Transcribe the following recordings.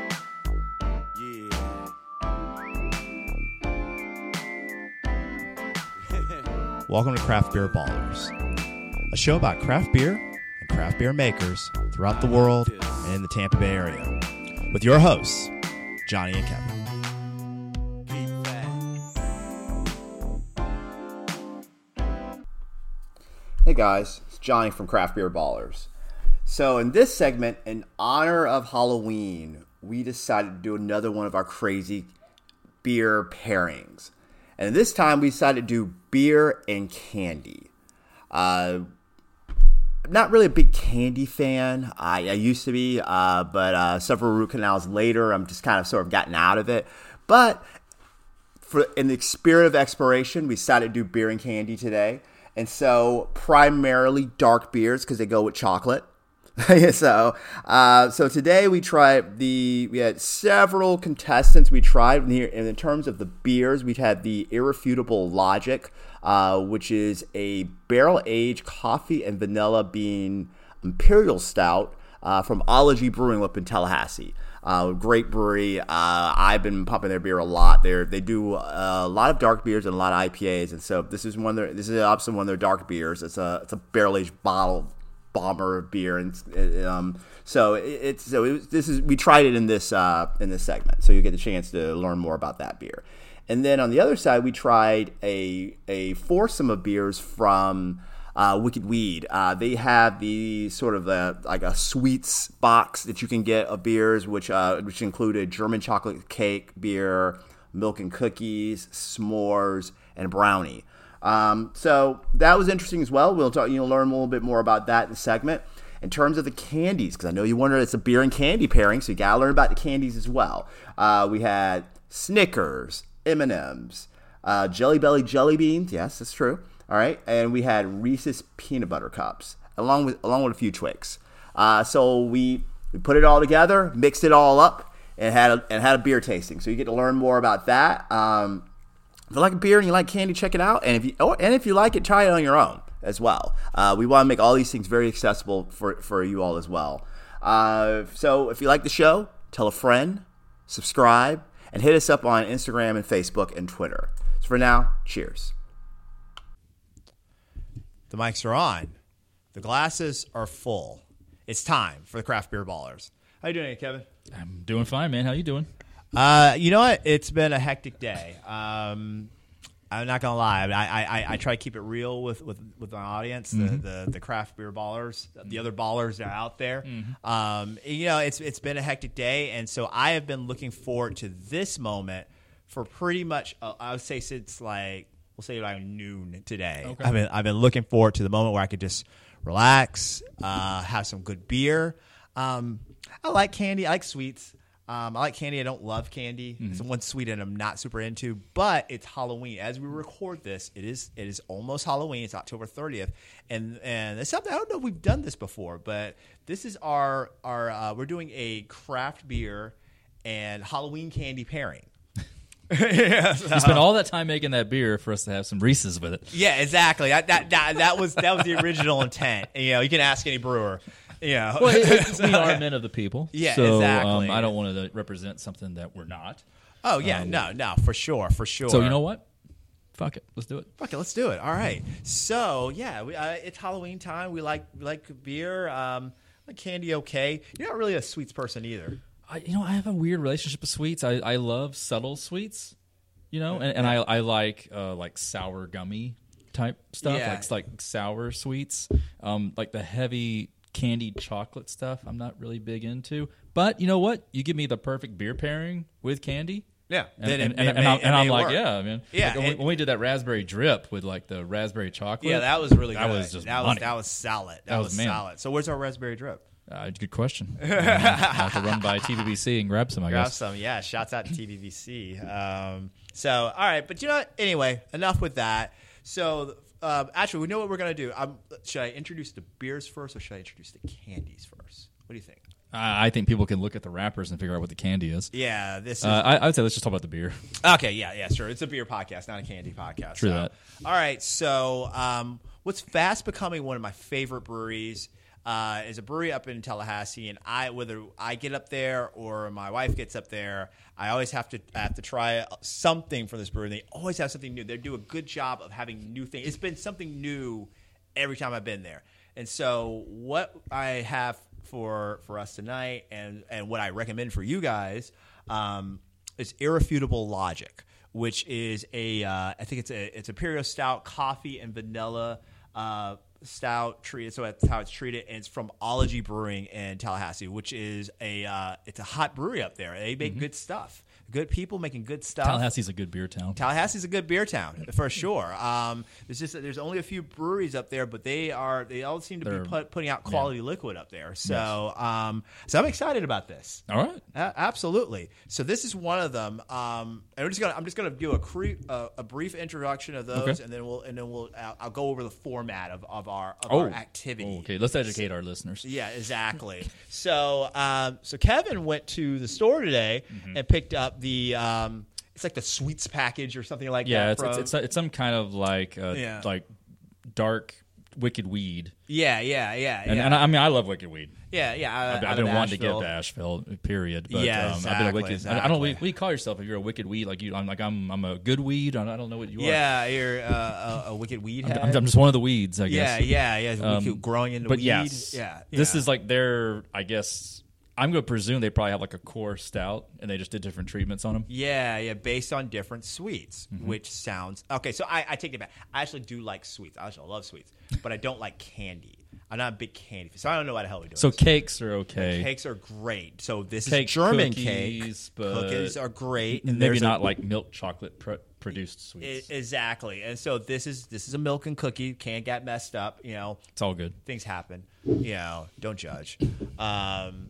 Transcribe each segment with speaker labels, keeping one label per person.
Speaker 1: Welcome to Craft Beer Ballers, a show about craft beer and craft beer makers throughout the world and in the Tampa Bay area, with your hosts, Johnny and Kevin.
Speaker 2: Hey guys, it's Johnny from Craft Beer Ballers. So, in this segment, in honor of Halloween, we decided to do another one of our crazy beer pairings. And this time, we decided to do beer and candy. Uh, I'm not really a big candy fan. I, I used to be, uh, but uh, several root canals later, I'm just kind of sort of gotten out of it. But for in the spirit of exploration, we decided to do beer and candy today. And so primarily dark beers because they go with chocolate. so uh, so today we tried the we had several contestants we tried in, here, and in terms of the beers we had the irrefutable logic uh, which is a barrel aged coffee and vanilla bean imperial stout uh, from Ology Brewing up in Tallahassee. Uh, great brewery. Uh, I've been pumping their beer a lot. They they do uh, a lot of dark beers and a lot of IPAs, and so this is one of their, this is obviously one of their dark beers. It's a it's a barrel aged bottle bomber of beer, and uh, um, so it, it's so it was, this is we tried it in this uh, in this segment, so you get the chance to learn more about that beer. And then on the other side, we tried a a foursome of beers from uh, Wicked Weed. Uh, they have the sort of a, like a sweets box that you can get of beers, which uh, which included German chocolate cake beer, milk and cookies, s'mores, and brownie. Um, so that was interesting as well. We'll talk, you'll learn a little bit more about that in the segment. In terms of the candies, because I know you wondered it's a beer and candy pairing, so you gotta learn about the candies as well. Uh, we had Snickers, M and M's, uh, Jelly Belly jelly beans. Yes, that's true. All right, and we had Reese's peanut butter cups, along with along with a few Twix. Uh, so we we put it all together, mixed it all up, and had a, and had a beer tasting. So you get to learn more about that. Um, if you like beer and you like candy, check it out. And if you oh, and if you like it, try it on your own as well. Uh, we want to make all these things very accessible for for you all as well. Uh, so if you like the show, tell a friend, subscribe, and hit us up on Instagram and Facebook and Twitter. So for now, cheers.
Speaker 1: The mics are on, the glasses are full. It's time for the Craft Beer Ballers. How you doing, Kevin?
Speaker 3: I'm doing fine, man. How you doing?
Speaker 1: Uh, you know what? It's been a hectic day. Um, I'm not gonna lie. I, I, I, I try to keep it real with with, with my audience, the, the the craft beer ballers, the other ballers that are out there. Um, you know, it's it's been a hectic day, and so I have been looking forward to this moment for pretty much. Uh, I would say since like we'll say like noon today.
Speaker 3: Okay.
Speaker 1: I've been I've been looking forward to the moment where I could just relax, uh, have some good beer. Um, I like candy. I like sweets. Um, I like candy. I don't love candy. It's one sweet and I'm not super into, but it's Halloween. As we record this, it is it is almost Halloween. It's October 30th, and and it's something I don't know if we've done this before, but this is our our uh, we're doing a craft beer and Halloween candy pairing. yeah, so-
Speaker 3: You spent all that time making that beer for us to have some Reese's with it.
Speaker 1: yeah, exactly. I, that, that that was that was the original intent. You know, you can ask any brewer. You know,
Speaker 3: Well, it- it- we are men of the people.
Speaker 1: Yeah,
Speaker 3: so,
Speaker 1: exactly.
Speaker 3: Um, I don't want to represent something that we're not.
Speaker 1: oh yeah, no, no, for sure, for sure.
Speaker 3: So you know what? Fuck it. Let's do it.
Speaker 1: Fuck it, let's do it. All right. So yeah, we, uh, it's Halloween time. We like we like beer, um, like candy. Okay, you're not really a sweets person either.
Speaker 3: I, you know, I have a weird relationship with sweets. I, I love subtle sweets, you know, and, and I, I like uh, like sour gummy type stuff,
Speaker 1: Yeah.
Speaker 3: like like sour sweets, um, like the heavy candied chocolate stuff. I'm not really big into, but you know what? You give me the perfect beer pairing with candy.
Speaker 1: Yeah.
Speaker 3: and,
Speaker 1: Then it-
Speaker 3: and,
Speaker 1: it
Speaker 3: and,
Speaker 1: may-
Speaker 3: I'm,
Speaker 1: it
Speaker 3: and I'm
Speaker 1: may
Speaker 3: like,
Speaker 1: work.
Speaker 3: yeah, man.
Speaker 1: Yeah,
Speaker 3: Like, when, we-
Speaker 1: it-
Speaker 3: when we did that raspberry drip with like the raspberry chocolate,
Speaker 1: Yeah, that was really good.
Speaker 3: That was just
Speaker 1: that was
Speaker 3: money.
Speaker 1: that was solid. That,
Speaker 3: That was
Speaker 1: was,
Speaker 3: man.
Speaker 1: solid. So where's our raspberry drip?
Speaker 3: Uh, good question. I have to run by TVBC and grab some. I
Speaker 1: Grab
Speaker 3: guess.
Speaker 1: some, yeah. Shouts out to TVVC. Um, so, all right, but you know, what? anyway, enough with that. So, um, actually, we know what we're gonna do. Um, should I introduce the beers first, or should I introduce the candies first? What do you think?
Speaker 3: I, I think people can look at the wrappers and figure out what the candy is.
Speaker 1: Yeah, this is
Speaker 3: Uh, I, I would say let's just talk about the beer.
Speaker 1: Okay, yeah, yeah, sure. It's a beer podcast, not a candy podcast.
Speaker 3: True
Speaker 1: so.
Speaker 3: that.
Speaker 1: All right, so um, what's fast becoming one of my favorite breweries
Speaker 2: uh, is a brewery up in Tallahassee, and I whether I get up there or my wife gets up there, I always have to I have to try something from this brewery. They always have something new. They do a good job of having new things. It's been something new every time I've been there. And so what I have for for us tonight, and and what I recommend for you guys, um, is irrefutable logic, which is a uh, I think it's a it's a Imperial Stout, coffee and vanilla uh, stout treated. So that's how it's treated, and it's from Ology Brewing in Tallahassee, which is a uh, it's a hot brewery up there. They make good stuff. Good people making good stuff.
Speaker 3: Tallahassee's a good beer town.
Speaker 2: Tallahassee's a good beer town for sure. Um, there's just there's only a few breweries up there, but they are they all seem to
Speaker 3: They're-
Speaker 2: be put, putting out quality liquid up there. So um, so I'm excited about this.
Speaker 3: All right.
Speaker 2: A- absolutely. So this is one of them. Um, and we're just gonna I'm just gonna do a cre- uh, a brief introduction of those,
Speaker 3: Okay.
Speaker 2: and then we'll and then we'll I'll, I'll go over the format of, of our of
Speaker 3: Oh.
Speaker 2: our activity.
Speaker 3: Okay, let's educate our listeners.
Speaker 2: Yeah, exactly. so, um, so Kevin went to the store today
Speaker 3: Mm-hmm.
Speaker 2: and picked up the um, it's like the sweets package or something like
Speaker 3: Yeah,
Speaker 2: that.
Speaker 3: it's, it's,
Speaker 2: from-
Speaker 3: it's, it's some kind of like uh,
Speaker 2: Yeah.
Speaker 3: like dark wicked weed.
Speaker 2: yeah, yeah, yeah,
Speaker 3: And,
Speaker 2: yeah,
Speaker 3: and I, I mean, I love wicked weed.
Speaker 2: yeah, yeah. out-
Speaker 3: I've,
Speaker 2: out
Speaker 3: I've been
Speaker 2: of
Speaker 3: wanting to get
Speaker 2: Asheville.
Speaker 3: to Asheville, period. But
Speaker 2: Yeah,
Speaker 3: um, I've been a
Speaker 2: exactly,
Speaker 3: wicked. I, I don't.
Speaker 2: exactly.
Speaker 3: What do you call yourself if you're a wicked weed? Like you, I'm like I'm. I'm a good weed. I don't- I don't know what you are.
Speaker 2: Yeah, you're uh, a, a wicked weed head.
Speaker 3: I'm, I'm just one of the weeds, I
Speaker 2: yeah,
Speaker 3: guess.
Speaker 2: yeah, yeah. it's wicked growing into
Speaker 3: But
Speaker 2: weed.
Speaker 3: yes,
Speaker 2: yeah,
Speaker 3: This
Speaker 2: yeah.
Speaker 3: is like their. I guess I'm going to presume they probably have like a core stout, and they just did different treatments on them.
Speaker 2: Yeah, yeah, based on different sweets,
Speaker 3: Mm-hmm.
Speaker 2: which sounds okay. So I, I take it back. I actually do like sweets. I actually love sweets, but I don't like candy. I'm not a big candy fan, so I don't know why the hell we're doing.
Speaker 3: So
Speaker 2: this.
Speaker 3: cakes are okay.
Speaker 2: Cakes are great. So this
Speaker 3: Cake,
Speaker 2: is German
Speaker 3: cookies,
Speaker 2: cake.
Speaker 3: but
Speaker 2: cookies are great, and
Speaker 3: Maybe
Speaker 2: there's a-
Speaker 3: not like milk chocolate pr- produced
Speaker 2: I-
Speaker 3: sweets.
Speaker 2: exactly. And so this is this is a milk and cookie. Can get messed up. You know,
Speaker 3: it's all good.
Speaker 2: things happen. You know, don't judge. Um,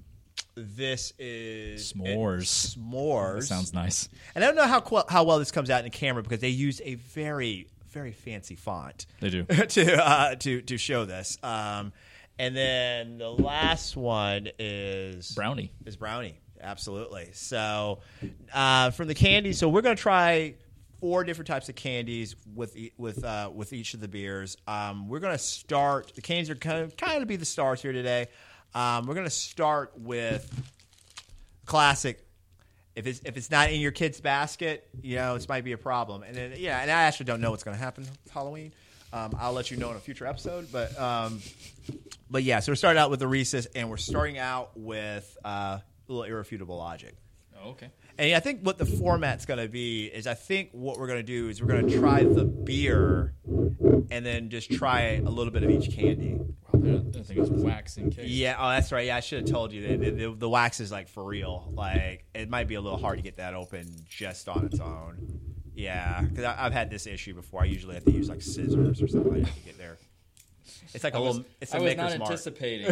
Speaker 2: this is
Speaker 3: S'mores.
Speaker 2: S'mores
Speaker 3: That sounds nice.
Speaker 2: And I don't know how qu- how well this comes out in camera because they use a very very fancy font
Speaker 3: They do.
Speaker 2: to uh, to to show this. Um, and then the last one is
Speaker 3: Brownie.
Speaker 2: is brownie. Absolutely. So uh, from the candy, so we're going to try four different types of candies with e- with uh, with each of the beers. Um, we're going to start. The candies are kind of, kind of be the stars here today. Um, we're going to start with classic. If it's if it's not in your kid's basket, you know this might be a problem. And then yeah, and I actually don't know what's going to happen with Halloween. Um, I'll let you know in a future episode, but. Um, but yeah, so we're starting out with the Rhesus, and we're starting out with uh, a little irrefutable logic.
Speaker 3: Oh, okay.
Speaker 2: And I think what the format's going to be is I think what we're going to do is we're going to try the beer and then just try a little bit of each candy.
Speaker 3: Wow, that, that thing is wax and cake.
Speaker 2: Yeah, oh, that's right. Yeah, I should have told you that the, the, the wax is like for real. Like, it might be a little hard to get that open just on its own. Yeah, because I've had this issue before. I usually have to use like scissors or something like that to get there. It's like a little. It's a maker's mark.
Speaker 3: anticipating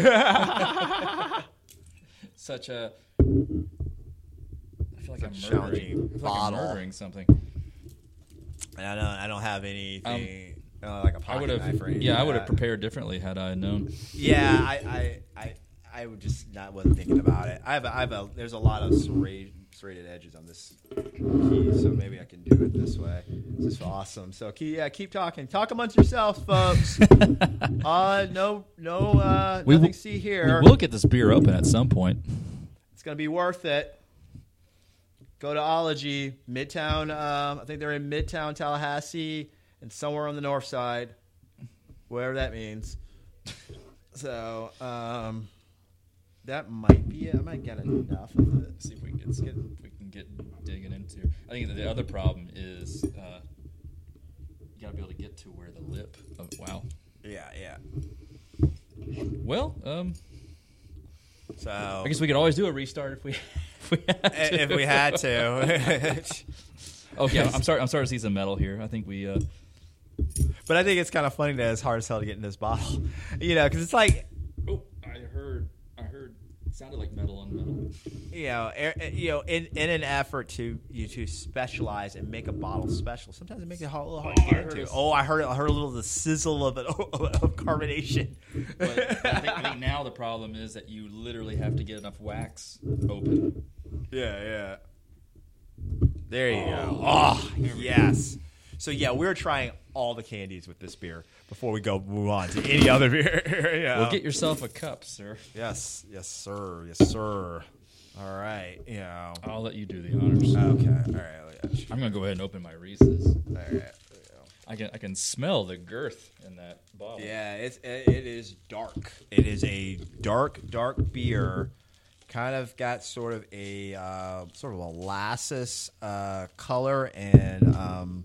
Speaker 3: such a. I feel like
Speaker 2: Such I'm murdering- challenging I feel like I'm bottle. murdering
Speaker 3: something.
Speaker 2: And I don't, I don't have anything uh, like a
Speaker 3: Um, I
Speaker 2: pocket
Speaker 3: would
Speaker 2: knife. Or
Speaker 3: have.
Speaker 2: anything
Speaker 3: Yeah, I
Speaker 2: like
Speaker 3: would have
Speaker 2: that.
Speaker 3: prepared differently had I known.
Speaker 2: Yeah, I, I, I, I would just not wasn't thinking about it. I have, a, I have a. There's a lot of serrated, serrated edges on this key, so maybe I can do it this way. This is awesome. So, keep, yeah, keep talking. Talk amongst yourselves, folks. uh, no, no, uh,
Speaker 3: We
Speaker 2: nothing
Speaker 3: will-
Speaker 2: see
Speaker 3: We
Speaker 2: here.
Speaker 3: will get this beer open at some point.
Speaker 2: It's gonna be worth it. Go to Ology Midtown. Um, I think they're in Midtown Tallahassee and somewhere on the north side, whatever that means. So um, that might be it. I might get enough of it.
Speaker 3: See if we can get, some, if we can get digging into. I think the other problem is uh, you gotta be able to get to where the lip. Of, wow.
Speaker 2: Yeah, yeah.
Speaker 3: Well, um,
Speaker 2: So
Speaker 3: I guess we could always do a restart if we if we had to.
Speaker 2: if we had to,
Speaker 3: Okay, I'm sorry. I'm sorry to see some metal here. I think we. Uh,
Speaker 2: but I think it's kind of funny that it's hard as hell to get in this bottle, you know, because it's like
Speaker 3: oh, I heard. I heard. Sounded like metal on metal.
Speaker 2: you know, er, er, you know, in, in an effort to you to specialize and make a bottle special, sometimes it makes it hard, a little hard to
Speaker 3: Oh, I
Speaker 2: get
Speaker 3: heard
Speaker 2: into.
Speaker 3: a-
Speaker 2: Oh, I heard I heard a little of the sizzle of it of carbonation.
Speaker 3: But I think, I think now the problem is that you literally have to get enough wax open.
Speaker 2: Yeah, yeah. There you go. Oh, yes. So Ah, yeah, we're trying all the candies with this beer before we go move on to any other beer. yeah.
Speaker 3: Well, get yourself a cup, sir.
Speaker 2: yes, yes, sir. Yes, sir. All right. Yeah.
Speaker 3: I'll let you do the honors.
Speaker 2: Okay. All right. Look at you.
Speaker 3: I'm gonna go ahead and open my Reese's.
Speaker 2: All right. There we go.
Speaker 3: I can I can smell the girth in that bottle.
Speaker 2: Yeah, it's it, it is dark. It is a dark, dark beer. Kind of got sort of a uh, sort of a molasses uh, color and um,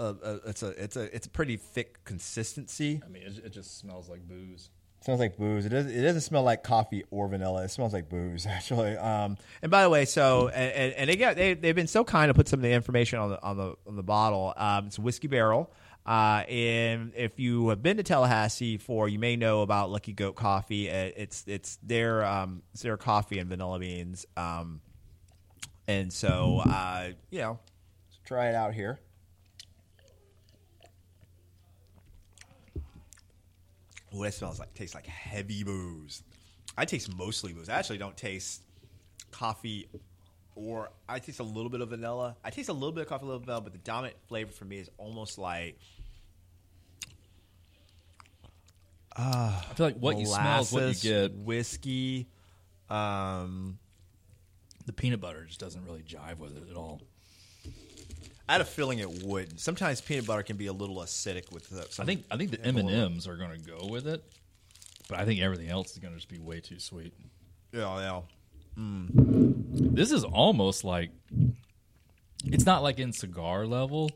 Speaker 2: a, a, it's a it's a it's a pretty thick consistency.
Speaker 3: I mean, it, it just smells like booze.
Speaker 2: Smells like booze. It doesn't. It doesn't smell like coffee or vanilla. It smells like booze, actually. Um, and by the way, so and, and, and again, they they've been so kind to put some of the information on the on the on the bottle. Um, it's whiskey barrel. Uh, and if you have been to Tallahassee for, you may know about Lucky Goat Coffee. It, it's it's their um, it's their coffee and vanilla beans. Um, and so uh, you know, let's try it out here. Ooh, that smells like tastes like heavy booze. I taste mostly booze. I actually don't taste coffee or I taste a little bit of vanilla. I taste a little bit of coffee, a little bit of vanilla, but the dominant flavor for me is almost like
Speaker 3: I feel like what you smell is what
Speaker 2: molasses,
Speaker 3: you get.
Speaker 2: Whiskey. Um,
Speaker 3: The peanut butter just doesn't really jive with it at all.
Speaker 2: I had a feeling it would. Sometimes peanut butter can be a little acidic with uh, some,
Speaker 3: I think I think the M and M's are gonna go with it, but I think everything else is gonna just be way too sweet.
Speaker 2: Yeah, yeah.
Speaker 3: This is almost like it's not like in cigar level,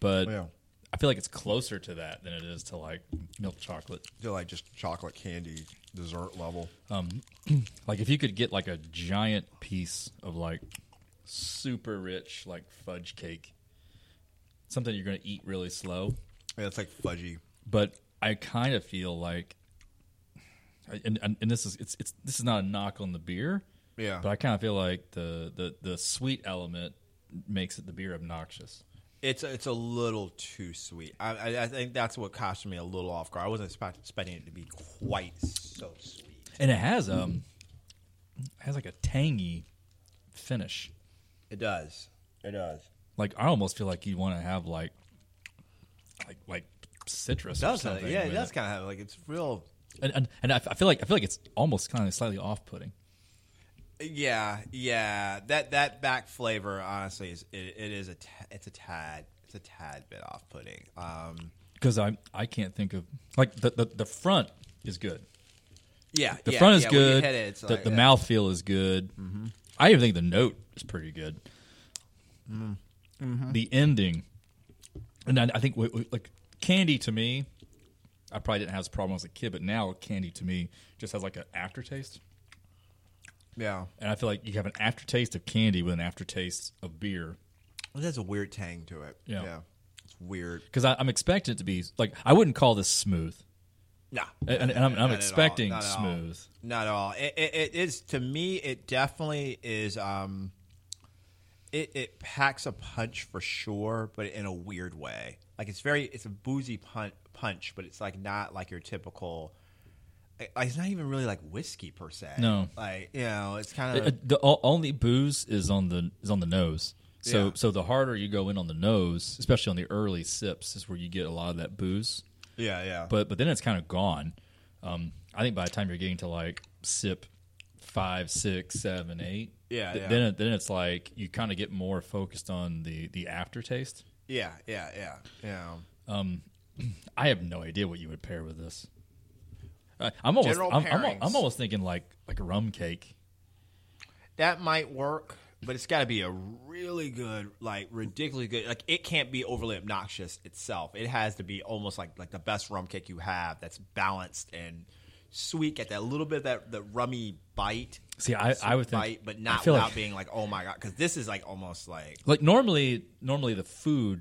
Speaker 3: but
Speaker 2: Yeah.
Speaker 3: I feel like it's closer to that than it is to like milk chocolate.
Speaker 2: They're like just chocolate candy dessert level.
Speaker 3: Like if you could get like a giant piece of like super rich like fudge cake, something you're gonna eat really slow.
Speaker 2: Yeah, it's like fudgy.
Speaker 3: But I kind of feel like, and, and and this is it's it's this is not a knock on the beer,
Speaker 2: Yeah.
Speaker 3: but I kind of feel like the the the sweet element makes it the beer obnoxious.
Speaker 2: It's it's a little too sweet. I, I, I think that's what caught me a little off guard. I wasn't expect, expecting it to be quite so sweet.
Speaker 3: and it has um it has like a tangy finish.
Speaker 2: It does. It does.
Speaker 3: Like I almost feel like you want to have like like like citrus
Speaker 2: It
Speaker 3: or
Speaker 2: does. kinda-
Speaker 3: something.
Speaker 2: yeah, it
Speaker 3: with
Speaker 2: does kind of have like it's real.
Speaker 3: And, and and I f- I feel like I feel like it's almost kind of slightly off-putting.
Speaker 2: Yeah, yeah. That that back flavor honestly is it, it is a t- it's a tad it's a tad bit off putting. Um,
Speaker 3: Because I I can't think of like the, the, the front is good.
Speaker 2: yeah,
Speaker 3: The
Speaker 2: yeah,
Speaker 3: front is
Speaker 2: yeah, when you
Speaker 3: good.
Speaker 2: hit it, it's
Speaker 3: the
Speaker 2: like,
Speaker 3: the
Speaker 2: yeah. Mm-hmm.
Speaker 3: mouthfeel is good. I even think the note is pretty good.
Speaker 2: Mm-hmm.
Speaker 3: The ending, and I, I think w- w- like candy to me, I probably didn't have this problem as a kid, but now candy to me just has like an aftertaste,
Speaker 2: Yeah,
Speaker 3: and I feel like you have an aftertaste of candy with an aftertaste of beer.
Speaker 2: it has a weird tang to it.
Speaker 3: Yeah.
Speaker 2: it's weird.
Speaker 3: Because I'm expecting it to be like I wouldn't call this smooth,
Speaker 2: Nah,
Speaker 3: and, and, and I'm, I'm
Speaker 2: Not at all,
Speaker 3: expecting
Speaker 2: not at all.
Speaker 3: smooth.
Speaker 2: Not at all. It, it, it is to me. It definitely is. Um, it it packs a punch for sure, but in a weird way. Like it's very, it's a boozy punch, punch, but it's like not like your typical. Like it's not even really like whiskey per se.
Speaker 3: No.
Speaker 2: like you know, it's kind
Speaker 3: Uh,
Speaker 2: of
Speaker 3: uh, the o- only booze is on the is on the nose. So
Speaker 2: Yeah.
Speaker 3: so the harder you go in on the nose, especially on the early sips, is where you get a lot of that booze.
Speaker 2: yeah, yeah.
Speaker 3: But but then it's kind of gone. Um, I think by the time you're getting to like sip five, six, seven, eight,
Speaker 2: Yeah,
Speaker 3: th-
Speaker 2: yeah.
Speaker 3: then it, then it's like you kind of get more focused on the the aftertaste.
Speaker 2: yeah, yeah, yeah, yeah.
Speaker 3: I have no idea what you would pair with this. Uh, I'm almost
Speaker 2: General
Speaker 3: I'm, I'm, al-
Speaker 2: pairings.
Speaker 3: I'm almost thinking like like a rum cake.
Speaker 2: that might work, but it's got to be a really good, like ridiculously good. Like it can't be overly obnoxious itself. It has to be almost like like the best rum cake you have that's balanced and sweet. Get that little bit of that the rummy bite.
Speaker 3: See, I, I would think
Speaker 2: bite, but
Speaker 3: I
Speaker 2: not
Speaker 3: feel
Speaker 2: without
Speaker 3: like-
Speaker 2: being like, oh my god, because this is like almost like
Speaker 3: like normally normally the food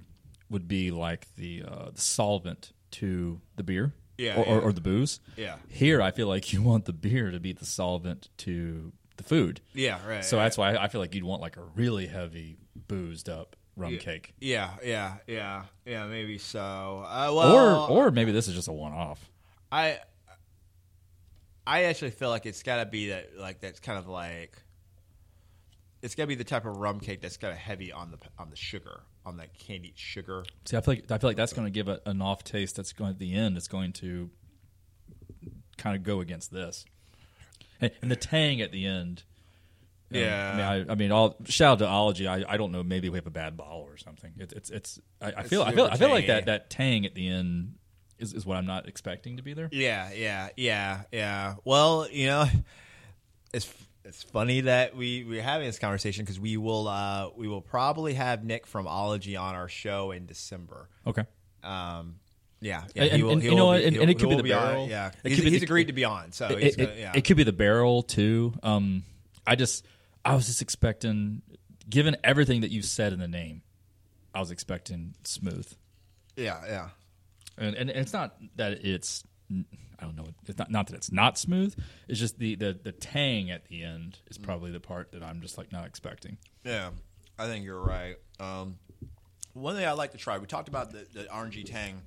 Speaker 3: would be like the uh, the solvent to the beer
Speaker 2: Yeah,
Speaker 3: or, Or,
Speaker 2: yeah.
Speaker 3: or the booze
Speaker 2: Yeah.
Speaker 3: here i feel like you want the beer to be the solvent to the food
Speaker 2: yeah, right.
Speaker 3: so that's why i feel like you'd want like a really heavy boozed up rum cake
Speaker 2: yeah, yeah, yeah, yeah, maybe so. Uh,
Speaker 3: or
Speaker 2: well,
Speaker 3: or maybe this is just a one-off
Speaker 2: I I actually feel like it's got to be that like that's kind of like it's got to be the type of rum cake that's kind of heavy on the on the sugar, on that candied sugar.
Speaker 3: See, I feel like I feel like that's going to give a, an off taste. That's going at the end. It's going to kind of go against this, and, and the tang at the end. you know,
Speaker 2: Yeah.
Speaker 3: I mean, I, I mean, all shout out to Ology. I, I don't know. Maybe we have a bad bottle or something. It, it's it's. I, I feel I feel
Speaker 2: super
Speaker 3: I feel like
Speaker 2: tangy.
Speaker 3: that that tang at the end is, is what I'm not expecting to be there.
Speaker 2: Yeah, yeah, yeah, yeah. Well, you know, it's it's funny that we we're having this conversation because we will uh we will probably have Nick from Ology on our show in December.
Speaker 3: Okay.
Speaker 2: Um, yeah, yeah,
Speaker 3: And- and- you know what, and- and it could
Speaker 2: he'll
Speaker 3: be the
Speaker 2: on-
Speaker 3: barrel.
Speaker 2: Yeah,
Speaker 3: It
Speaker 2: he's,
Speaker 3: could be
Speaker 2: he's
Speaker 3: the-
Speaker 2: agreed to be on, so
Speaker 3: It,
Speaker 2: he's
Speaker 3: it-
Speaker 2: gonna, yeah.
Speaker 3: it could be the barrel too. Um, I just I was just expecting, given everything that you said in the name, I was expecting smooth.
Speaker 2: yeah, yeah.
Speaker 3: and, and it's not that it's I don't know. It's not not that it's not smooth. It's just the the the tang at the end is probably the part that I'm just like not expecting.
Speaker 2: Yeah, I think you're right. Um, one thing I like to try. We talked about the, the RNG Tang.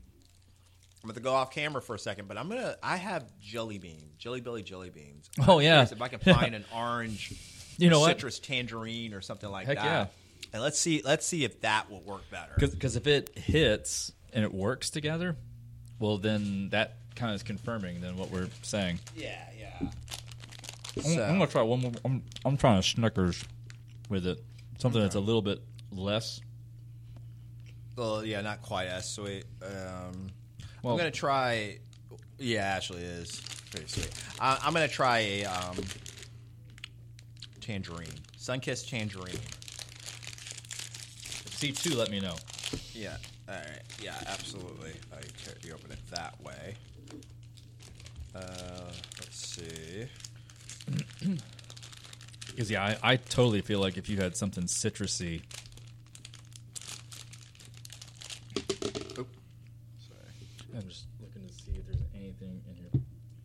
Speaker 2: I'm going to go off camera for a second, but I'm gonna. I have jelly beans, jelly belly jelly beans. I'm
Speaker 3: Oh, yeah.
Speaker 2: curious if I can find an orange,
Speaker 3: You know what?
Speaker 2: citrus tangerine or something like
Speaker 3: Heck
Speaker 2: that.
Speaker 3: yeah.
Speaker 2: And let's see. Let's see if that will work better.
Speaker 3: Because if it hits and it works together, well then that kind of is confirming then what we're saying.
Speaker 2: Yeah, yeah.
Speaker 3: I'm,
Speaker 2: So-
Speaker 3: I'm gonna try one more. I'm I'm trying a Snickers with it. Something that's a little bit less.
Speaker 2: Well, yeah, not quite as sweet. Um,
Speaker 3: Well-
Speaker 2: I'm gonna try. Yeah, actually, it is pretty sweet. I, I'm gonna try a um, tangerine, sunkissed tangerine.
Speaker 3: C two, let me know.
Speaker 2: Yeah. All right. Yeah, absolutely. I ca- you open it that way. Uh, let's see.
Speaker 3: Because yeah, I, I totally feel like if you had something citrusy,
Speaker 2: Sorry.
Speaker 3: I'm just looking to see if there's anything in here.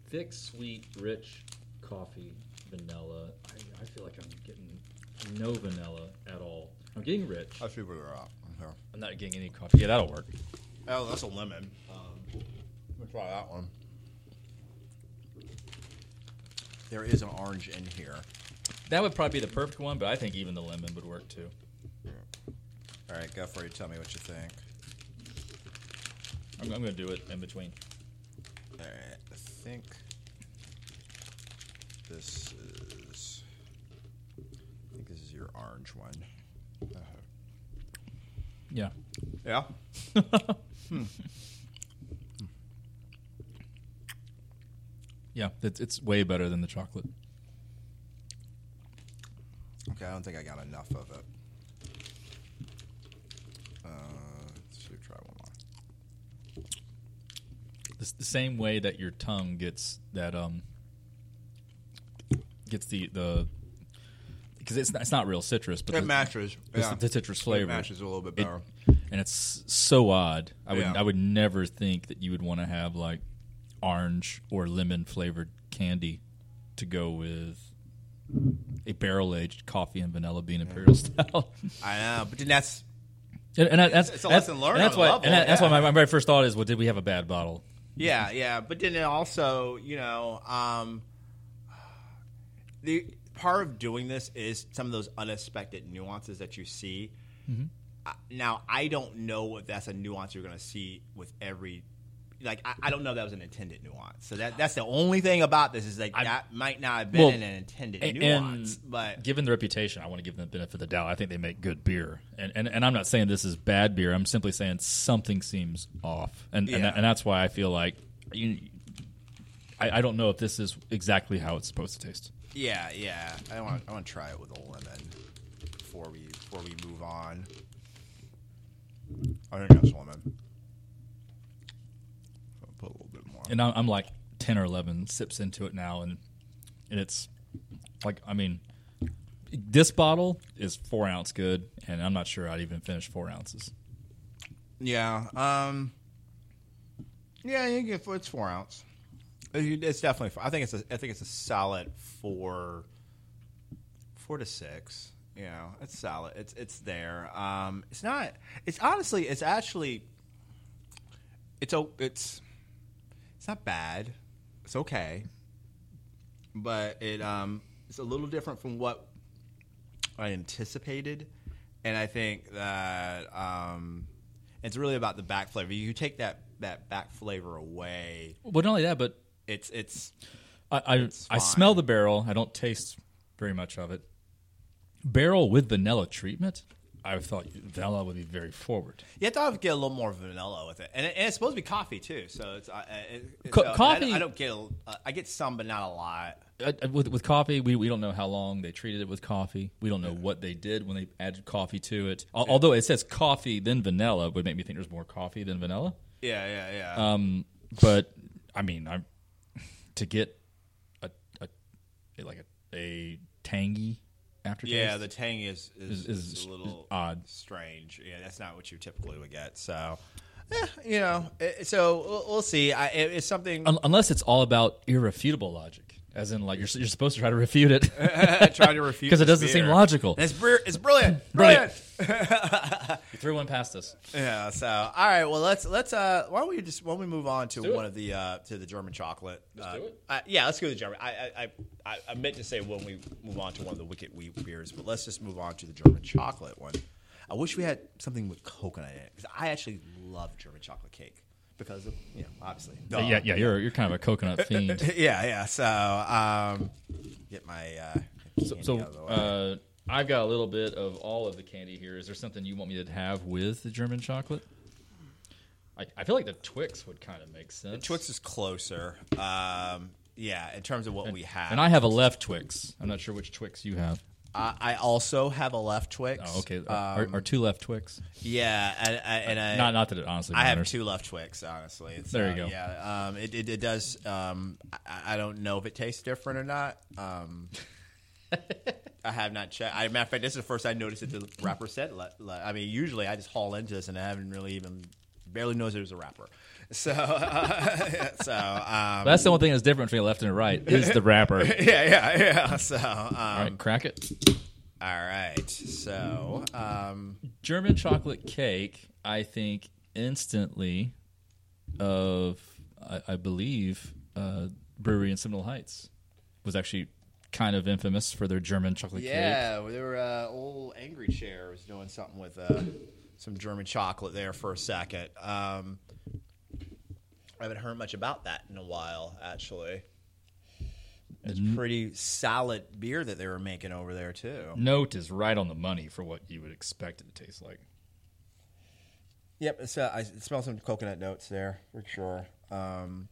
Speaker 3: Thick, sweet, rich coffee, vanilla. I, I feel like I'm getting no vanilla at all. I'm getting rich.
Speaker 2: I see where they're at. Okay.
Speaker 3: I'm not getting any coffee. Yeah, that'll work.
Speaker 2: Oh, that's a lemon. Um, I'm gonna try that one. There is an orange in here.
Speaker 3: That would probably be the perfect one, but I think even the lemon would work too.
Speaker 2: All right, go for it. Tell me what you think.
Speaker 3: I'm, I'm going to do it in between.
Speaker 2: All right, I think this is. I think this is your orange one.
Speaker 3: Yeah.
Speaker 2: Yeah.
Speaker 3: Yeah, it's, it's way better than the chocolate.
Speaker 2: Okay, I don't think I got enough of it. Uh, let's see, try one more.
Speaker 3: It's the same way that your tongue gets that um gets the the because it's not, it's not real citrus, but the-
Speaker 2: matches.
Speaker 3: the, the citrus flavor
Speaker 2: a little bit
Speaker 3: It- and it's so odd. I would
Speaker 2: Yeah.
Speaker 3: I would never think that you would want to have like orange or lemon flavored candy to go with a barrel aged coffee and vanilla bean imperial style.
Speaker 2: I know, but then that's
Speaker 3: and, and I- that's
Speaker 2: It's a
Speaker 3: that's-
Speaker 2: lesson learned
Speaker 3: and that's
Speaker 2: on
Speaker 3: why
Speaker 2: a level,
Speaker 3: and that- that's
Speaker 2: yeah.
Speaker 3: why my, my very first thought is, well, did we have a bad bottle?
Speaker 2: Yeah, yeah, but then it also, you know, um, the part of doing this is some of those unexpected nuances that you see.
Speaker 3: Mm-hmm.
Speaker 2: Uh, now, I don't know if that's a nuance you're going to see with every. Like I, I don't know if that was an intended nuance. So that that's the only thing about this is like that might not have been
Speaker 3: Well,
Speaker 2: an intended
Speaker 3: a- and-
Speaker 2: nuance, but
Speaker 3: Given the reputation, I want to give them the benefit of the doubt. I think they make good beer, and and, and I'm not saying this is bad beer. I'm simply saying something seems off, and and,
Speaker 2: Yeah.
Speaker 3: that- and that's why I feel like you. I, I don't know if this is exactly how it's supposed to taste.
Speaker 2: Yeah, yeah. I want I want to try it with a lemon before we before we move on. I think that's lemon. I'll put a little bit more.
Speaker 3: And I'm, I'm like ten or eleven sips into it now, and and it's like I mean, this bottle is four ounce good, and I'm not sure I'd even finish four ounces.
Speaker 2: Yeah. Um. Yeah, you get it's four ounce. It- It's definitely. Four. I think it's a. I think it's a solid four. Four to six. You know, it's solid. It's it's there. Um. It's not. It's honestly. It's actually. It's o It's. It's not bad. It's okay. But it um. It's a little different from what I anticipated, and I think that um, it's really about the back flavor. You take that that back flavor away,
Speaker 3: Well, not only that, but
Speaker 2: it's it's
Speaker 3: I I, I smell the barrel. I don't taste very much of it. Barrel with vanilla treatment. I thought vanilla would be very forward.
Speaker 2: you have to always get a little more vanilla with it, and, it, and it's supposed to be coffee too. So it's I- I- it,
Speaker 3: Co-
Speaker 2: so I-
Speaker 3: coffee-
Speaker 2: I, don't get a, I get some, but not a lot.
Speaker 3: I, I- Uh, with, with coffee, we, we don't know how long they treated it with coffee. We don't know what they did when they added coffee to it. Al Although it says coffee then vanilla would make me think there's more coffee than vanilla.
Speaker 2: Yeah, yeah, yeah.
Speaker 3: Um, but I mean, I'm to get a, a like a, a tangy aftertaste.
Speaker 2: Yeah, the tang is is,
Speaker 3: Is-
Speaker 2: is,
Speaker 3: is
Speaker 2: a little
Speaker 3: odd.
Speaker 2: strange. Yeah, that's not what you typically would get. So, eh, you know, eh, so we'll, we'll see. I, it, it's something
Speaker 3: Un- unless it's all about irrefutable logic, as in like you're, s- you're supposed to try to refute it
Speaker 2: I try to refute
Speaker 3: 'Because it
Speaker 2: this
Speaker 3: doesn't seem
Speaker 2: beer.
Speaker 3: logical.
Speaker 2: And It's br- it's brilliant, brilliant.
Speaker 3: Brilliant. you threw one past us.
Speaker 2: yeah. So, all right. Well, let's let's. Uh, why don't we just why don't we move on to
Speaker 4: do
Speaker 2: one
Speaker 4: it.
Speaker 2: of the uh, to the German chocolate? uh,
Speaker 4: do it.
Speaker 2: uh, yeah, let's go to the German. I, I I- I I meant to say when we move on to one of the wicked wheat beers, but let's just move on to the German chocolate one. I wish we had something with coconut in it because I actually love German chocolate cake because of you know obviously Duh.
Speaker 3: Uh, Yeah, yeah, you're you're kind of a coconut fiend.
Speaker 2: yeah yeah. So um, get my uh,
Speaker 3: So,
Speaker 2: candy
Speaker 3: so
Speaker 2: out of the way.
Speaker 3: uh, I've got a little bit of all of the candy here. Is there something you want me to have with the German chocolate? I, I feel like the Twix would kind of make sense.
Speaker 2: Twix is closer. Um, yeah, in terms of what we have,
Speaker 3: and I have a left Twix. I'm not sure which Twix you have.
Speaker 2: I, I also have a left Twix.
Speaker 3: Oh, okay.
Speaker 2: Uh,
Speaker 3: are, are two left Twix?
Speaker 2: yeah, and, and I,
Speaker 3: Not not that it honestly
Speaker 2: eh, I have
Speaker 3: matters.
Speaker 2: two left Twix. Honestly, It's,
Speaker 3: There you
Speaker 2: uh,
Speaker 3: go.
Speaker 2: Yeah, um, it, it, it does. Um, I, I don't know if it tastes different or not. Um, I have not checked. I, matter of fact, this is the first I noticed that the wrapper said. Le, le- I mean, usually I just haul into this and I haven't really even barely knows it was a wrapper. So, uh, so um,
Speaker 3: That's the one thing that's different between left and right is the wrapper. All
Speaker 2: yeah, yeah, yeah. So, um,
Speaker 3: right, crack it.
Speaker 2: all right. So, um,
Speaker 3: German chocolate cake, I think instantly of I, I believe uh, brewery in Seminole Heights was actually kind of infamous for their German chocolate cake.
Speaker 2: Yeah, there were uh, old Angry Chair was doing something with uh, some German chocolate there for a second. Um, I haven't heard much about that in a while, actually. It's pretty solid beer that they were making over there too.
Speaker 3: Note is right on the money for what you would expect it to taste like.
Speaker 2: Yep, it's, uh, I smell some coconut notes there for sure. Um,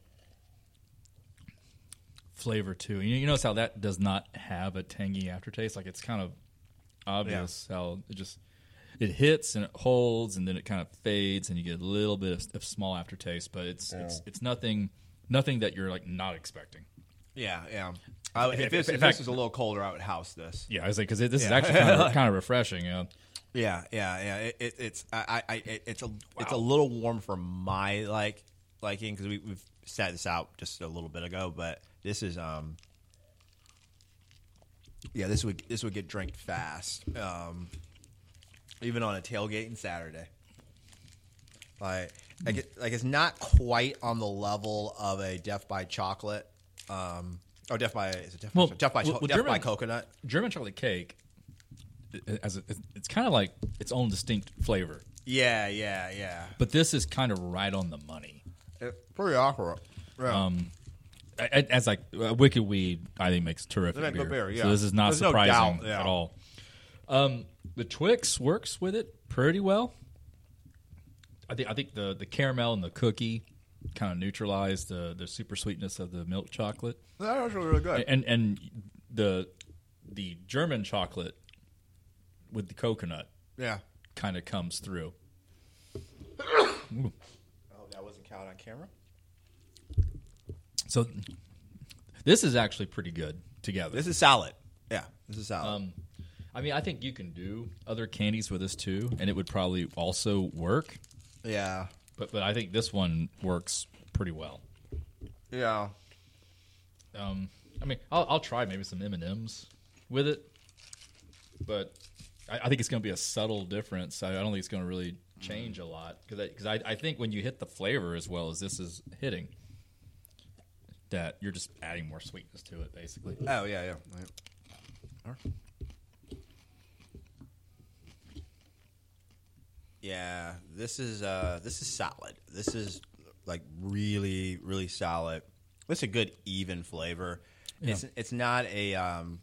Speaker 3: Flavor too. You, you notice how that does not have a tangy aftertaste. Like it's kind of obvious how it just it hits and it holds and then it kind of fades and you get a little bit of, of small aftertaste, but it's it's it's nothing nothing that you're like not expecting.
Speaker 2: yeah, yeah. I, would- if,
Speaker 3: If-
Speaker 2: this, if
Speaker 3: if- in
Speaker 2: this
Speaker 3: fact-
Speaker 2: was a little colder, I would house this.
Speaker 3: Yeah, I was like, because this is actually kind of, kind of refreshing. Yeah.
Speaker 2: Yeah, yeah, yeah. It, it, it's I, I, I- it, it's a it's a little warm for my like liking because we, we've sat this out just a little bit ago, but this is um. Yeah, this would this would get drank fast, um, even on a tailgate and Saturday. Like, like, it, like it's not quite on the level of a Death by Chocolate, um, or Death by is it Death
Speaker 3: Well,
Speaker 2: by, Death by,
Speaker 3: well,
Speaker 2: Cho-
Speaker 3: well,
Speaker 2: Death by
Speaker 3: German-
Speaker 2: Coconut?
Speaker 3: German chocolate cake, i- as a, it's kind of like its own distinct flavor,
Speaker 2: Yeah, yeah, yeah.
Speaker 3: but this is kind of right on the money.
Speaker 2: It's pretty awful. Yeah.
Speaker 3: Um, I- I- As like uh, Wicked Weed, I think makes terrific
Speaker 2: They make
Speaker 3: beer.
Speaker 2: good beer, yeah.
Speaker 3: So this is not
Speaker 2: There's no
Speaker 3: surprising
Speaker 2: doubt, yeah.
Speaker 3: at all. Um, the Twix works with it pretty well. I think I think the the caramel and the cookie kind of neutralize the the super sweetness of the milk chocolate.
Speaker 2: That was really good.
Speaker 3: and and the the German chocolate with the coconut
Speaker 2: Yeah.
Speaker 3: kind of comes through.
Speaker 2: Oh, that wasn't counted on camera.
Speaker 3: So this is actually pretty good together.
Speaker 2: This is solid. Yeah, this is solid.
Speaker 3: um, I mean, I think you can do other candies with this too, and it would probably also work.
Speaker 2: yeah,
Speaker 3: But but I think this one works pretty well.
Speaker 2: yeah.
Speaker 3: Um, I mean, I'll, I'll try maybe some M and M's with it, but I, I think it's going to be a subtle difference. I, I don't think it's going to really change a lot because because I, I, think when you hit the flavor as well as this is hitting, that you're just adding more sweetness to it basically.
Speaker 2: Oh yeah, yeah. Yeah, this is uh, this is solid. This is like really, really solid. It's a good even flavor. It's it's not a um,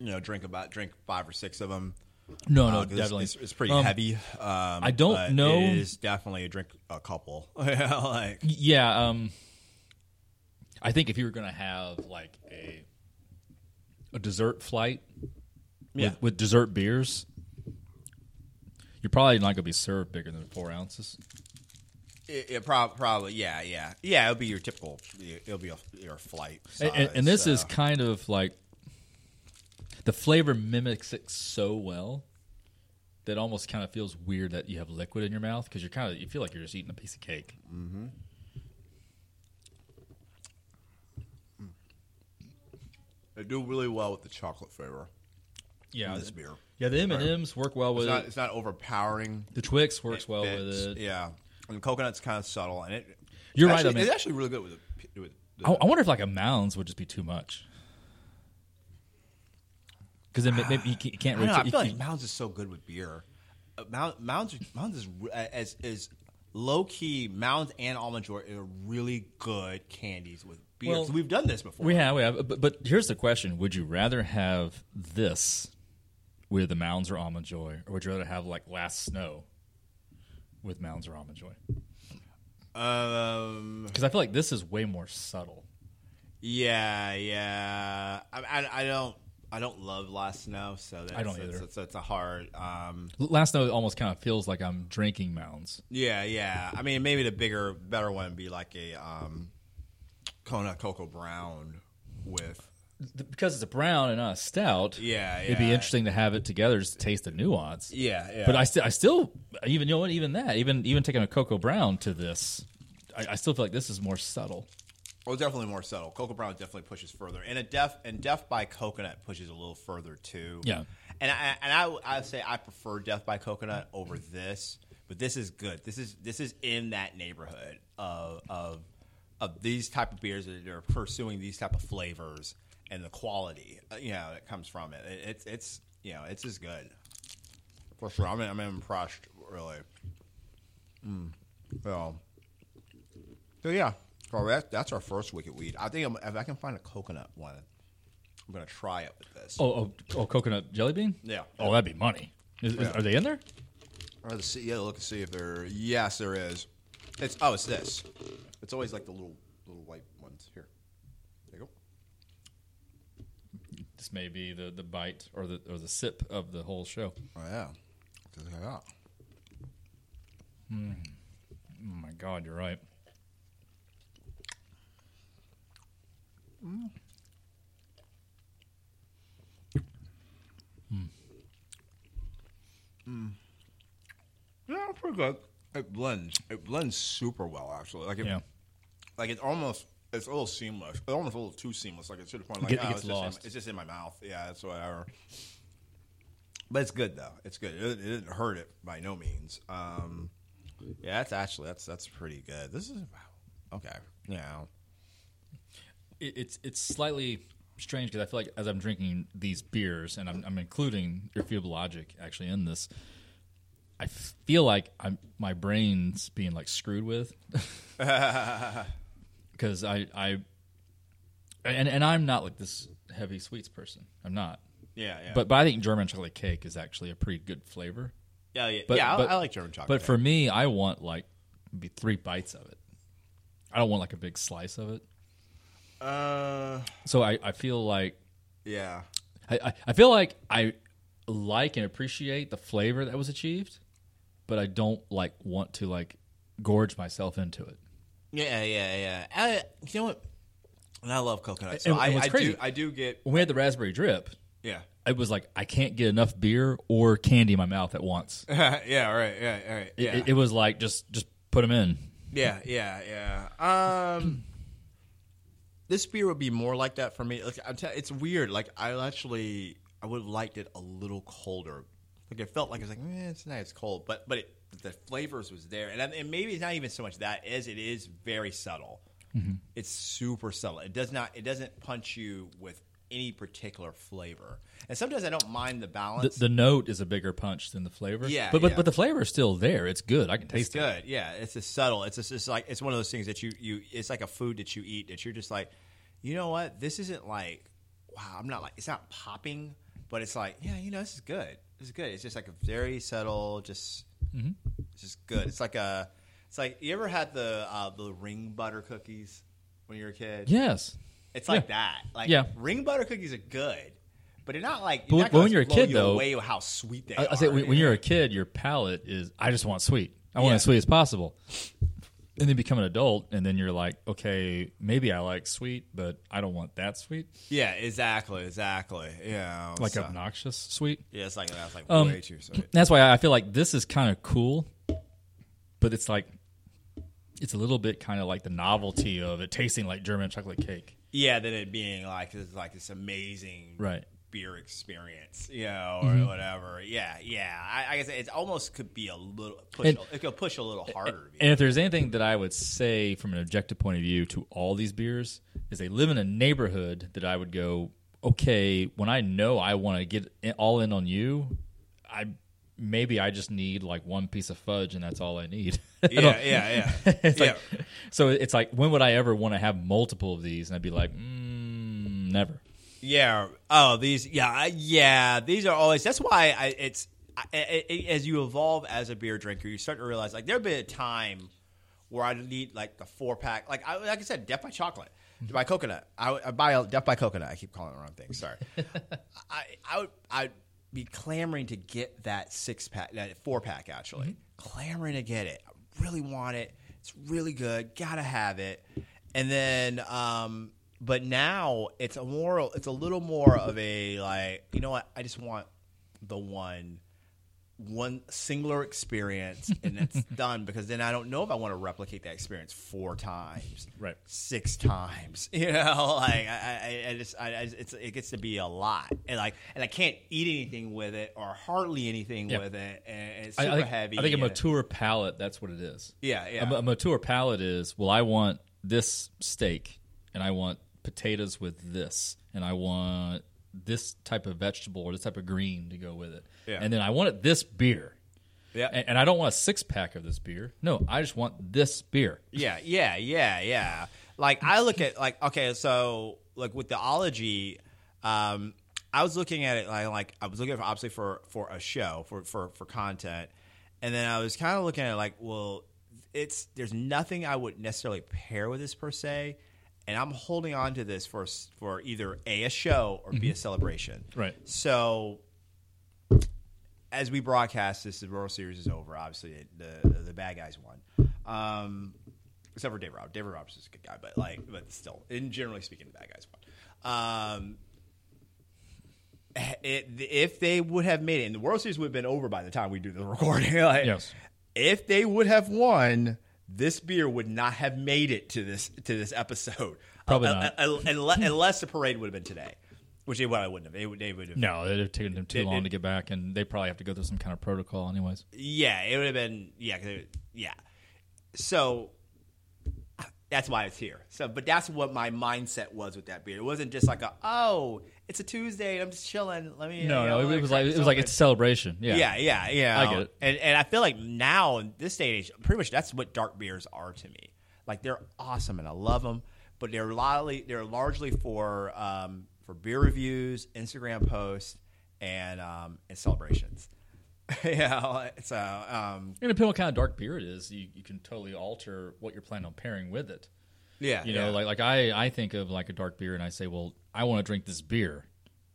Speaker 2: you know drink about drink five or six of them.
Speaker 3: No, no,
Speaker 2: Uh, 'cause it's-
Speaker 3: Oh, definitely.
Speaker 2: It's, it's pretty
Speaker 3: Um,
Speaker 2: heavy. Um,
Speaker 3: I don't
Speaker 2: but
Speaker 3: know-
Speaker 2: It is definitely a drink a couple. yeah, like
Speaker 3: Yeah, um, I think if you were gonna have like a a dessert flight
Speaker 2: Yeah.
Speaker 3: with, with dessert beers, you're probably not gonna be served bigger than four ounces.
Speaker 2: it, it prob- probably yeah, yeah, yeah. It'll be your typical. It'll be a, your flight.
Speaker 3: And, and,
Speaker 2: size, uh,
Speaker 3: and this is
Speaker 2: so.
Speaker 3: kind of like the flavor mimics it so well that it almost kind of feels weird that you have liquid in your mouth because you're kind of you feel like you're just eating a piece of cake.
Speaker 2: They do really well with the chocolate flavor.
Speaker 3: Yeah,
Speaker 2: in this beer.
Speaker 3: yeah. The M and M's work well with
Speaker 2: It's not,
Speaker 3: it.
Speaker 2: it's not overpowering.
Speaker 3: The Twix works well
Speaker 2: fits.
Speaker 3: with it.
Speaker 2: Yeah, and coconut's kind of subtle, and it.
Speaker 3: You're
Speaker 2: it's
Speaker 3: right,
Speaker 2: actually-
Speaker 3: I mean-
Speaker 2: it's actually really good with the. With the
Speaker 3: I, I wonder if like a mounds would just be too much. Because then maybe you can't- you
Speaker 2: I,
Speaker 3: can't
Speaker 2: don't
Speaker 3: reach.
Speaker 2: know, I
Speaker 3: you
Speaker 2: feel like
Speaker 3: can't-
Speaker 2: Mounds is so good with beer. Uh, Mound, Mounds, Mounds is re- uh, as is low key. Mounds and almond joy are really good candies with beer.
Speaker 3: Well,
Speaker 2: 'Cause we've done this before.
Speaker 3: we have, we have. But, but here's the question: Would you rather have this with the mounds or almond joy, or would you rather have like last snow with mounds or almond joy?
Speaker 2: Um,
Speaker 3: Because I feel like this is way more subtle.
Speaker 2: yeah, yeah. I, I, I don't. I don't love last snow, so that's,
Speaker 3: don't
Speaker 2: that's,
Speaker 3: either.
Speaker 2: that's, that's a hard. Um,
Speaker 3: L- Last snow almost kind of feels like I'm drinking mounds.
Speaker 2: Yeah, yeah. I mean, maybe the bigger, better one would be like a um, Kona Cocoa Brown with.
Speaker 3: Th- Because it's a brown and not a stout.
Speaker 2: Yeah, yeah.
Speaker 3: It'd be interesting to have it together just to taste the nuance.
Speaker 2: Yeah, yeah.
Speaker 3: But I still, I still, even you know what, even that, even even taking a cocoa brown to this, I, I still feel like this is more subtle.
Speaker 2: oh, definitely more subtle. Cocoa Brown definitely pushes further, and a deaf and deaf by coconut pushes a little further too.
Speaker 3: Yeah.
Speaker 2: and I and I would- I would say I prefer deaf by coconut over this, but this is good. This is this is in that neighborhood of of of these type of beers that are pursuing these type of flavors and the quality uh, you know that comes from it. it it's it's you know it's as good. For sure, I'm I'm impressed really. Mm. So, so yeah, so that, that's our first wicked weed. I think I'm, if I can find a coconut one, I'm gonna try it with this.
Speaker 3: Oh, oh, oh coconut jelly bean.
Speaker 2: Yeah.
Speaker 3: Oh, that'd be money. Is, is- are they in there?
Speaker 2: Let's see. Yeah, look and see if there. Yes, there is. It's oh, it's this. It's always like the little little white ones here. There you go.
Speaker 3: This may be the the bite or the or the sip of the whole show.
Speaker 2: Oh yeah. Check that out.
Speaker 3: Oh my God, you're right.
Speaker 2: Yeah, it's pretty good. It blends. It blends super well, actually. Like it,
Speaker 3: Yeah.
Speaker 2: like it's almost. It's a little seamless. It's almost a little too seamless. Like it's to the point. Like
Speaker 3: Get- it
Speaker 2: oh,
Speaker 3: gets
Speaker 2: it's, just in-
Speaker 3: lost.
Speaker 2: it's just in my mouth. Yeah, it's whatever. But it's good though. It's good. It, it didn't hurt it by no means. Um, yeah, that's actually that's that's pretty good. This is okay. Yeah.
Speaker 3: It, it's it's slightly strange because I feel like as I'm drinking these beers and I'm, I'm including your Fuel Logic actually in this, I feel like I'm my brain's being like screwed with because I I and and I'm not like this heavy sweets person. I'm not.
Speaker 2: Yeah, yeah.
Speaker 3: But but I think German chocolate cake is actually a pretty good flavor.
Speaker 2: yeah, yeah,
Speaker 3: But,
Speaker 2: yeah I,
Speaker 3: but-
Speaker 2: I like German chocolate.
Speaker 3: But for me, I want like be three bites of it. I don't want like a big slice of it.
Speaker 2: uh,
Speaker 3: So I, I feel like
Speaker 2: yeah,
Speaker 3: I, I, I feel like I like and appreciate the flavor that was achieved, but I don't like want to like gorge myself into it.
Speaker 2: yeah, yeah, yeah. I, you know what? And I love coconut, so
Speaker 3: And- and
Speaker 2: I,
Speaker 3: what's
Speaker 2: I
Speaker 3: crazy-
Speaker 2: do, I do get,
Speaker 3: When we had the raspberry drip,
Speaker 2: yeah,
Speaker 3: it was like I can't get enough beer or candy in my mouth at once. It-
Speaker 2: yeah, all right, yeah, all right, yeah,
Speaker 3: It, it was like just just put them in.
Speaker 2: yeah, yeah, yeah. Um, this beer would be more like that for me. Like, I'm tell it's weird. Like, I actually, I would have liked it a little colder. Like, it felt like it was like, eh, it's nice, it's cold, but but it, the flavors was there, and, I- and maybe it's not even so much that as it
Speaker 3: Mm-hmm.
Speaker 2: is very subtle. It's super subtle. It does not. It doesn't punch you with any particular flavor. And sometimes I don't mind the
Speaker 3: The,
Speaker 2: balance.
Speaker 3: the note is a bigger punch than the flavor.
Speaker 2: Yeah,
Speaker 3: but but
Speaker 2: yeah.
Speaker 3: but the flavor is still there. It's good. I can
Speaker 2: it's
Speaker 3: taste it.
Speaker 2: good. Yeah, it's a subtle. It's just, it's like it's one of those things that you you it's like a food that you eat that you're just like, you know what? This isn't like wow, I'm not like it's not popping, but it's like, yeah, you know, this is good. This is good. It's just like a very subtle just
Speaker 3: Mm-hmm.
Speaker 2: it's just good. It's like a it's like you ever had the uh, the ring butter cookies when you were a kid?
Speaker 3: Yes.
Speaker 2: It's like
Speaker 3: Yeah.
Speaker 2: that. Like
Speaker 3: Yeah.
Speaker 2: ring butter cookies are good, but they're not like.
Speaker 3: But
Speaker 2: you're not
Speaker 3: when
Speaker 2: gonna
Speaker 3: you're a
Speaker 2: blow
Speaker 3: kid,
Speaker 2: you
Speaker 3: though-
Speaker 2: away with how sweet they
Speaker 3: I,
Speaker 2: are.
Speaker 3: I say when, when you're a kid, your palate is I just want sweet. I want
Speaker 2: Yeah.
Speaker 3: as sweet as possible. And then you become an adult, and then you're like, okay, maybe I like sweet, but I don't want that sweet,
Speaker 2: yeah, exactly, exactly. Yeah,
Speaker 3: like
Speaker 2: so-
Speaker 3: obnoxious sweet.
Speaker 2: yeah, it's like that's like
Speaker 3: Um,
Speaker 2: way too sweet.
Speaker 3: That's why I feel like this is kind of cool, but it's like it's a little bit kind of like the novelty of it tasting like German chocolate cake.
Speaker 2: Yeah, than it being like this like this amazing
Speaker 3: Right. Mm-hmm.
Speaker 2: beer experience, you know, or whatever. Yeah, yeah. I, I guess it's almost could be a little push.
Speaker 3: And-
Speaker 2: a, it could push a little harder. to be-
Speaker 3: And if there's anything that I would say from an objective point of view to all these beers, is they live in a neighborhood that I would go, okay, when I know I want to get in- all in on you, I maybe I just need like one piece of fudge and that's all I need. I
Speaker 2: yeah,
Speaker 3: don't-
Speaker 2: yeah, yeah.
Speaker 3: it's like,
Speaker 2: Yeah.
Speaker 3: so it's like, when would I ever want to have multiple of these? And I'd be like, mm, never.
Speaker 2: Yeah. Oh, these. Yeah. I- Yeah. These are always. That's why I, it's I, I, I- as you evolve as a beer drinker, you start to realize like there'd be a time where I'd need like the four pack. Like I, like I said, Death by Chocolate, by Coconut. I, would- I buy a- Death by Coconut. I keep calling it the wrong thing. Sorry. I I would I'd be clamoring to get that six pack, that four pack actually, clamoring to get it. I really want it. It's really good. Gotta have it. And then, um, but now it's a more, it's a little more of a like, you know what? I just want the one, one singular experience, and it's done. Because then I don't know if I want to replicate that experience four times
Speaker 3: Right.
Speaker 2: six times. You know, like I, I, I just, I, I, it's, it gets to be a lot, and like, and I can't eat anything with it or hardly anything
Speaker 3: Yeah.
Speaker 2: with it, and it's
Speaker 3: I-
Speaker 2: super
Speaker 3: I think,
Speaker 2: heavy.
Speaker 3: I think a
Speaker 2: and-
Speaker 3: mature palate, that's what it is.
Speaker 2: Yeah, yeah.
Speaker 3: A, ma- a mature palate is, well, I want this steak and I want potatoes with this and I want this type of vegetable or this type of green to go with it.
Speaker 2: Yeah.
Speaker 3: And then I wanted this beer.
Speaker 2: Yeah.
Speaker 3: And, and I don't want a six pack of this beer. No, I just want this beer.
Speaker 2: Yeah, yeah, yeah, yeah. Like I look at like okay, so like with the ology, um, I was looking at it like like I was looking for obviously for for a show for for for content, and then I was kind of looking at it like well, it's there's nothing I would necessarily pair with this per se, and I'm holding on to this for s- for either a a show or b a celebration.
Speaker 3: Right.
Speaker 2: So as we broadcast this, the World Series is over. Obviously, the the, the bad guys won. Um, except for David Rob. David Roberts is a good guy, but like, but still, in generally speaking, the bad guys won. Um, eh, it, if they would have made it, and the World Series would have been over by the time we do the recording. like,
Speaker 3: Yes.
Speaker 2: If they would have won, this beer would not have made it to this to this episode.
Speaker 3: Probably
Speaker 2: Uh,
Speaker 3: not.
Speaker 2: uh, uh, unless, unless the parade would have been today, which they, well, I wouldn't have. They, would- they would have.
Speaker 3: No, it'd have taken them too
Speaker 2: It-
Speaker 3: long
Speaker 2: it-
Speaker 3: to get back, and they probably have to go through some kind of protocol, anyways.
Speaker 2: Yeah, it would have been yeah, 'cause it- yeah. So that's why it's here. So, but that's what my mindset was with that beer. It wasn't just like a oh, it's a Tuesday and I'm just chilling. Let me
Speaker 3: No,
Speaker 2: you
Speaker 3: no,
Speaker 2: know, let
Speaker 3: it,
Speaker 2: me
Speaker 3: was
Speaker 2: crack
Speaker 3: like it
Speaker 2: this
Speaker 3: was like
Speaker 2: open."
Speaker 3: it's a celebration. Yeah,
Speaker 2: yeah, yeah, yeah.
Speaker 3: I get it.
Speaker 2: And and I feel like now in this day and age, pretty much that's what dark beers are to me. Like they're awesome and I love them, but they're largely they're largely for um, for beer reviews, Instagram posts, and um, and celebrations. yeah, so um,
Speaker 3: And depending on what kind of dark beer it is, you, you can totally alter what you're planning on pairing with it.
Speaker 2: Yeah,
Speaker 3: You know, like like I I think of like a dark beer and I say, well, I want to drink this beer,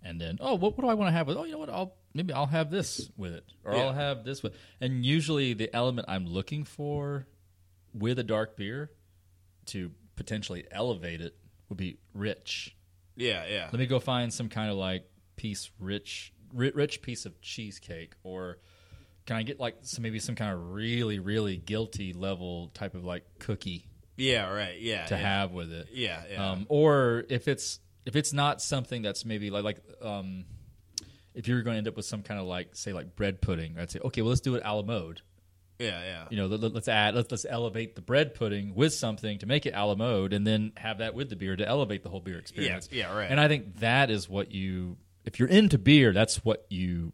Speaker 3: and then oh, what, what do I want to have with? Oh, you know what? I'll maybe I'll have this with it, or I'll have this with. And usually the element I'm looking for with a dark beer to potentially elevate it would be rich.
Speaker 2: yeah, yeah,
Speaker 3: Let me go find some kind of like piece rich ri- rich piece of cheesecake or can I get like some maybe some kind of really really guilty level type of like cookie
Speaker 2: yeah, right, yeah,
Speaker 3: to
Speaker 2: yeah,
Speaker 3: have with it.
Speaker 2: yeah, yeah,
Speaker 3: Um, or if it's if it's not something that's maybe like like um, if you're going to end up with some kind of like say like bread pudding, I'd say okay, well let's do it a la mode.
Speaker 2: Yeah, yeah.
Speaker 3: You know, let, us add, let's, let's elevate the bread pudding with something to make it a la mode, and then have that with the beer to elevate the whole beer experience.
Speaker 2: yeah, right.
Speaker 3: And I think that is what you, if you're into beer, that's what you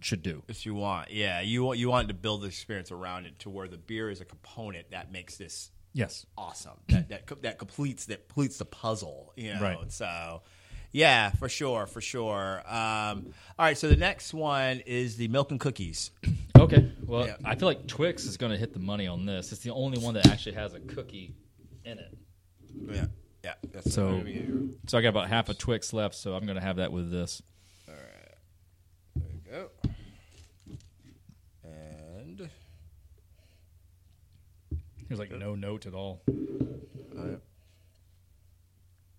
Speaker 3: should do.
Speaker 2: If you want, yeah, you want you want to build the experience around it to where the beer is a component that makes this
Speaker 3: Yes.
Speaker 2: awesome. That that co- that completes that completes the puzzle. You know,
Speaker 3: Right.
Speaker 2: so yeah, for sure, for sure. Um, all right, so the next one is the milk and cookies.
Speaker 3: Okay. Well, I feel like Twix is going to hit the money on this. It's the only one that actually has a cookie in it.
Speaker 2: yeah, yeah. That's
Speaker 3: So, so I got about half a Twix left, so I'm going to have that with this.
Speaker 2: Go. And
Speaker 3: There's like no note at all.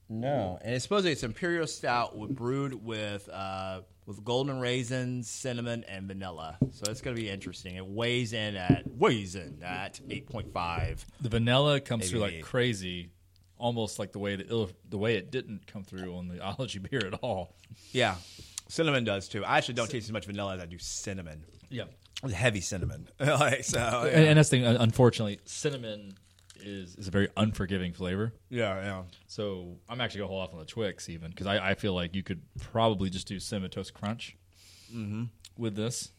Speaker 2: no, and it's supposedly it's imperial stout with brewed with uh, with golden raisins, cinnamon, and vanilla. So it's going to be interesting. It weighs in at weighs in at eight point five.
Speaker 3: The vanilla comes through like
Speaker 2: ABV.
Speaker 3: crazy, almost like the way it ill, the way it didn't come through on the ology beer at all.
Speaker 2: Yeah, cinnamon does too. I actually don't taste as much vanilla as I do cinnamon.
Speaker 3: Yeah,
Speaker 2: heavy cinnamon. like so, yeah,
Speaker 3: and, and that's the thing. un- Unfortunately, cinnamon is is a very unforgiving flavor.
Speaker 2: yeah, yeah.
Speaker 3: So I'm actually gonna hold off on the Twix even because I, I feel like you could probably just do cinnamon toast crunch with this.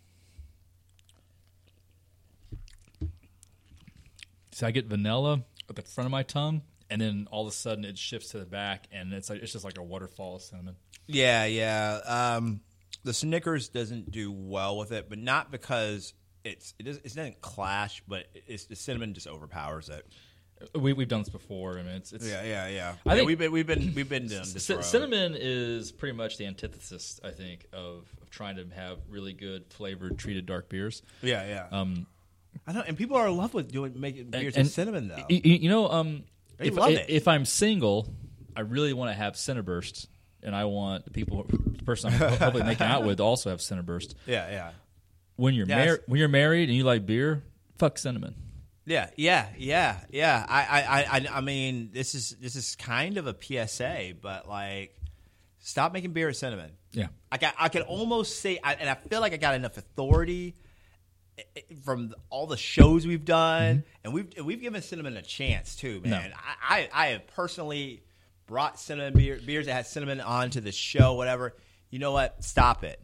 Speaker 3: So I get vanilla at the front of my tongue, and then all of a sudden it shifts to the back, and it's like it's just like a waterfall of cinnamon.
Speaker 2: Yeah, yeah. Um, the Snickers doesn't do well with it, but not because it's it, is, it doesn't clash, but it's the cinnamon just overpowers it.
Speaker 3: Uh, We we've done this before. I mean, it's, it's
Speaker 2: yeah, yeah.
Speaker 3: I
Speaker 2: I think
Speaker 3: think-
Speaker 2: we've been we've been we've been down
Speaker 3: c-
Speaker 2: this
Speaker 3: c-
Speaker 2: road.
Speaker 3: cinnamon is pretty much the antithesis, I think, of, of trying to have really good flavored treated dark beers.
Speaker 2: Yeah, yeah. Um, I know, and people are in love with doing making beers with cinnamon though.
Speaker 3: Y- y- you know, um,
Speaker 2: They
Speaker 3: if,
Speaker 2: love
Speaker 3: if,
Speaker 2: it.
Speaker 3: if I'm single, I really want to have Cineburst, and I want the people, the person I'm ho- hopefully making out with, to also have Cineburst.
Speaker 2: yeah, yeah.
Speaker 3: When you're
Speaker 2: Yes.
Speaker 3: mar- when you're married and you like beer, fuck cinnamon.
Speaker 2: Yeah, yeah, yeah, yeah. I, I, I- I, I mean, this is this is kind of a PSA, but like, stop making beer with cinnamon.
Speaker 3: Yeah.
Speaker 2: I got, I can almost say, I, and I feel like I got enough authority i- i- from the- all the shows we've done, and we've and we've given cinnamon a chance too, man. I, I, I have personally brought cinnamon beer, beers that had cinnamon onto the show, whatever. You know what? Stop it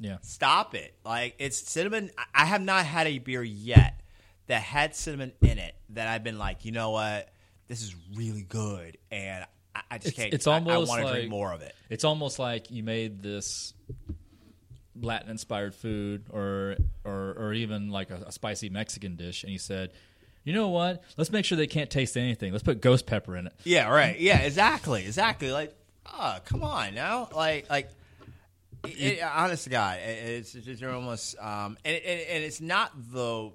Speaker 3: Yeah,
Speaker 2: stop it. Like it's cinnamon. I- I have not had a beer yet that had cinnamon in it that I've been like, you know what, this is really good, and I, I just
Speaker 3: It's-
Speaker 2: can't.
Speaker 3: it's
Speaker 2: I- I,
Speaker 3: almost
Speaker 2: want to
Speaker 3: like-
Speaker 2: drink more of it.
Speaker 3: it's almost like you made this Latin inspired food, or or or even like a, a spicy Mexican dish, and you said. You know what? Let's make sure they can't taste anything. Let's put ghost pepper in it.
Speaker 2: Yeah, right. Yeah, exactly, exactly. Like, oh, come on now. Like, like, it, it- honest to God, it, it's it's just almost, um, and, and and it's not the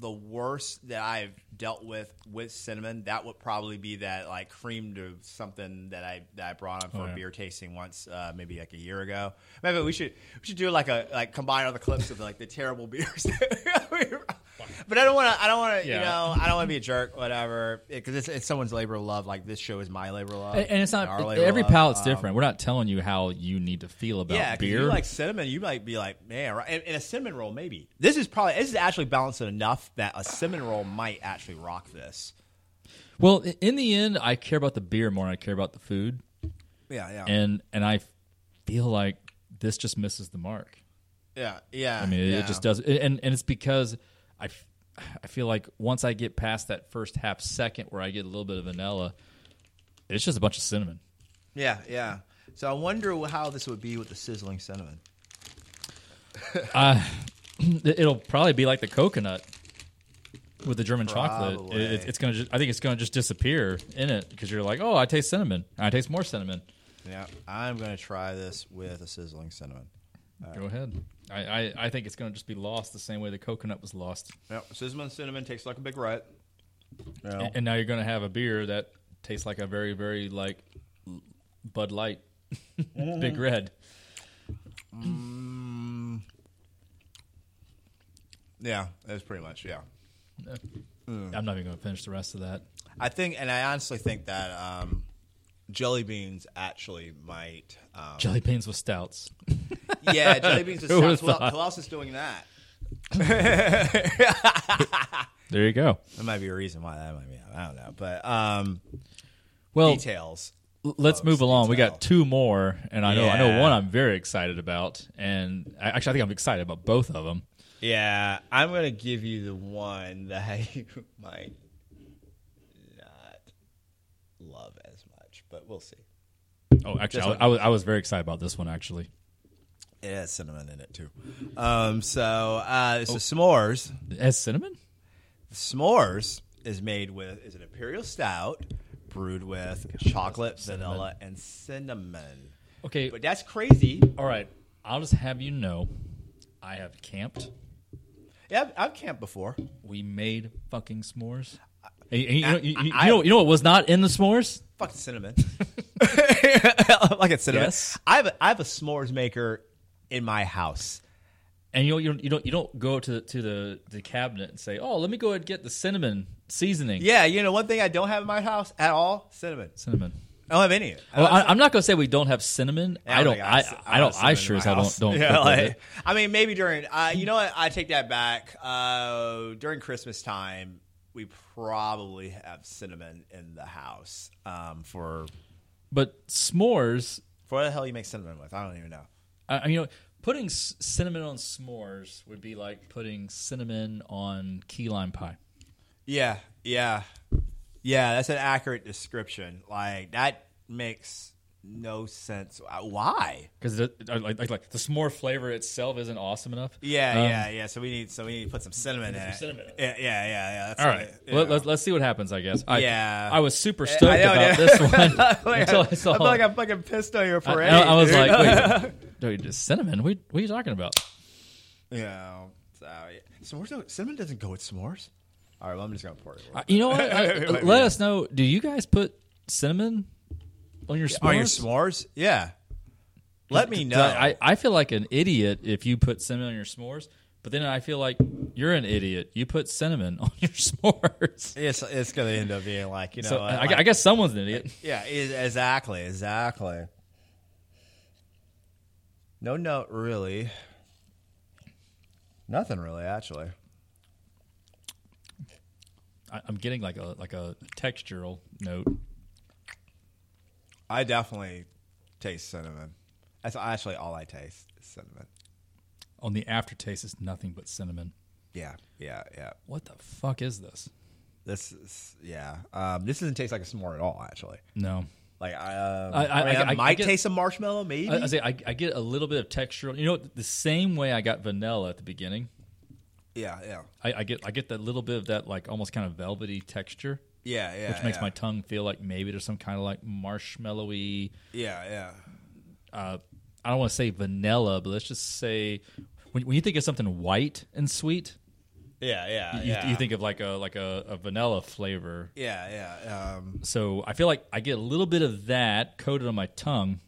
Speaker 2: the worst that I've dealt with with cinnamon. That would probably be that like cream to something that I that I brought on for
Speaker 3: Oh, yeah.
Speaker 2: a beer tasting once, uh, maybe like a year ago. Maybe we should we should do like a like combine all the clips of like the terrible beers. but I don't want to. I don't want to.
Speaker 3: Yeah.
Speaker 2: You know, I don't want to be a jerk, whatever, because it's, it's someone's labor of love. Like this show is my labor of love,
Speaker 3: And, and it's
Speaker 2: our
Speaker 3: not
Speaker 2: labor of
Speaker 3: every
Speaker 2: love.
Speaker 3: palate's
Speaker 2: Um,
Speaker 3: different. We're not telling you how you need to feel about
Speaker 2: Yeah, 'cause
Speaker 3: beer.
Speaker 2: you like cinnamon, you might be like, man, right? And, and a cinnamon roll, maybe this is probably this is actually balanced enough that a cinnamon roll might actually rock this.
Speaker 3: well, i- in the end, I care about the beer more than I care about the food,
Speaker 2: Yeah, yeah,
Speaker 3: and and I feel like this just misses the mark.
Speaker 2: yeah, yeah.
Speaker 3: I mean, it, it just does, and and it's because I, f- I feel like once I get past that first half second where I get a little bit of vanilla, it's just a bunch of cinnamon.
Speaker 2: Yeah, yeah. So I wonder how this would be with the sizzling cinnamon.
Speaker 3: It- It'll probably be like the coconut with the German chocolate.
Speaker 2: Probably.
Speaker 3: It, it's- it's gonna, just, I think it's gonna just disappear in it because you're like, oh, I taste cinnamon. I taste more cinnamon.
Speaker 2: Yeah, I'm gonna try this with a sizzling cinnamon.
Speaker 3: Go ahead. I, I, I think it's going to just be lost the same way the coconut was lost.
Speaker 2: Yeah, sizzling cinnamon tastes like a big rat.
Speaker 3: And, and now you're going to have a beer that tastes like a very, very like Bud Light, Big
Speaker 2: Mm.
Speaker 3: Red.
Speaker 2: Yeah, that's pretty much yeah. Hmm.
Speaker 3: I'm not even going to finish the rest of that.
Speaker 2: I think, and I honestly think that um, jelly beans actually might. Um,
Speaker 3: Jelly beans with stouts.
Speaker 2: yeah, jelly beans. Are
Speaker 3: Who would've
Speaker 2: stouts. Who, el-
Speaker 3: thought?
Speaker 2: who else is doing that?
Speaker 3: There you go.
Speaker 2: That might be a reason why that might be. I don't know, but um,
Speaker 3: Well,
Speaker 2: details.
Speaker 3: l- let's move along. We got two more, and I know I know
Speaker 2: Yeah.
Speaker 3: one I'm very excited about, and I, actually I think I'm excited about both of them.
Speaker 2: Yeah, I'm gonna give you the one that you might not love as much, but we'll see.
Speaker 3: Oh, actually, I, I was I was very excited about this one actually.
Speaker 2: It has cinnamon in it too. Um, so uh, so s'mores.
Speaker 3: It has cinnamon.
Speaker 2: S'mores is made with is an imperial stout brewed with chocolate, vanilla, and cinnamon.
Speaker 3: Okay,
Speaker 2: But that's crazy.
Speaker 3: all right. I'll just have you know, I have camped.
Speaker 2: Yeah, I've, I've camped before.
Speaker 3: We made fucking s'mores. And- and you, know, you, you,
Speaker 2: I-
Speaker 3: know, you know what was not in the s'mores?
Speaker 2: Fuck cinnamon. like it's cinnamon.
Speaker 3: Yes.
Speaker 2: I have a, I have a s'mores maker in my house.
Speaker 3: And you know, you don't, you don't you don't go to the, to the the cabinet and say, "Oh, let me go ahead and get the cinnamon seasoning."
Speaker 2: Yeah, you know one thing I don't have in my house at all cinnamon.
Speaker 3: cinnamon.
Speaker 2: I don't have any. of it.
Speaker 3: Well, I, I'm not gonna say we don't have cinnamon. I don't.
Speaker 2: think I
Speaker 3: I,
Speaker 2: have-
Speaker 3: I, don't. I sure as hell don't. Don't.
Speaker 2: Yeah,
Speaker 3: cook with
Speaker 2: like-
Speaker 3: it.
Speaker 2: I mean, maybe during. Uh, you know what? I take that back. Uh, during Christmas time, we probably have cinnamon in the house. Um, for
Speaker 3: But s'mores,
Speaker 2: for what the hell you make cinnamon with? I don't even know.
Speaker 3: I, I- you know, putting s- cinnamon on s'mores would be like putting cinnamon on key lime pie.
Speaker 2: Yeah, yeah, yeah. That's an accurate description. Like that makes no sense. Uh, Why?
Speaker 3: Because like, like like the s'more flavor itself isn't awesome enough.
Speaker 2: Yeah,
Speaker 3: Um,
Speaker 2: yeah, yeah. So we need so we need to put some cinnamon in it.
Speaker 3: cinnamon in it.
Speaker 2: Yeah, yeah, yeah, yeah. That's
Speaker 3: All right.
Speaker 2: yeah.
Speaker 3: Let, us let's see what happens. I guess. I,
Speaker 2: Yeah.
Speaker 3: I was super stoked
Speaker 2: I know,
Speaker 3: about
Speaker 2: dude.
Speaker 3: this one
Speaker 2: Like,
Speaker 3: until I
Speaker 2: I
Speaker 3: saw.
Speaker 2: feel like I'm fucking pissed on your
Speaker 3: I-
Speaker 2: parade.
Speaker 3: I was
Speaker 2: dude.
Speaker 3: like, wait, dude, just cinnamon? What, what are you talking about?
Speaker 2: Yeah. So yeah. s'mores don't, cinnamon doesn't go with s'mores. All right, well, I'm just gonna pour it.
Speaker 3: Uh, You know what? I- let us know. Do you guys put cinnamon on your s'mores?
Speaker 2: On Oh, your s'mores? Yeah. Let me know.
Speaker 3: I, I feel like an idiot if you put cinnamon on your s'mores, but then I feel like you're an idiot. You put cinnamon on your s'mores.
Speaker 2: it's it's gonna end up being like you know.
Speaker 3: So
Speaker 2: uh,
Speaker 3: I,
Speaker 2: like-
Speaker 3: I guess someone's an idiot.
Speaker 2: yeah, e- exactly, exactly. No note really. Nothing really, actually.
Speaker 3: I, I'm getting like a like a textural note.
Speaker 2: I definitely taste cinnamon. That's actually all I taste is cinnamon.
Speaker 3: On the aftertaste is nothing but cinnamon.
Speaker 2: Yeah, yeah, yeah.
Speaker 3: What the fuck is this?
Speaker 2: This is yeah. Um, this doesn't taste like a s'more at all, actually.
Speaker 3: No.
Speaker 2: Like um,
Speaker 3: I-
Speaker 2: I,
Speaker 3: I-
Speaker 2: mean,
Speaker 3: I-
Speaker 2: I
Speaker 3: I
Speaker 2: might
Speaker 3: get-
Speaker 2: taste some marshmallow, maybe.
Speaker 3: I, I, say, I, I get a little bit of textural. You know, what? the same way I got vanilla at the beginning,
Speaker 2: yeah, yeah,
Speaker 3: I, I get I get that little bit of that like almost kind of velvety texture,
Speaker 2: yeah, yeah.
Speaker 3: which makes
Speaker 2: yeah.
Speaker 3: my tongue feel like maybe there's some kind of like marshmallowy.
Speaker 2: yeah, yeah,
Speaker 3: I don't want to say vanilla, but let's just say when, when you think of something white and sweet,
Speaker 2: yeah, yeah,
Speaker 3: you, you think of like a like a, a vanilla flavor.
Speaker 2: yeah, yeah. Um,
Speaker 3: So I feel like I get a little bit of that coated on my tongue,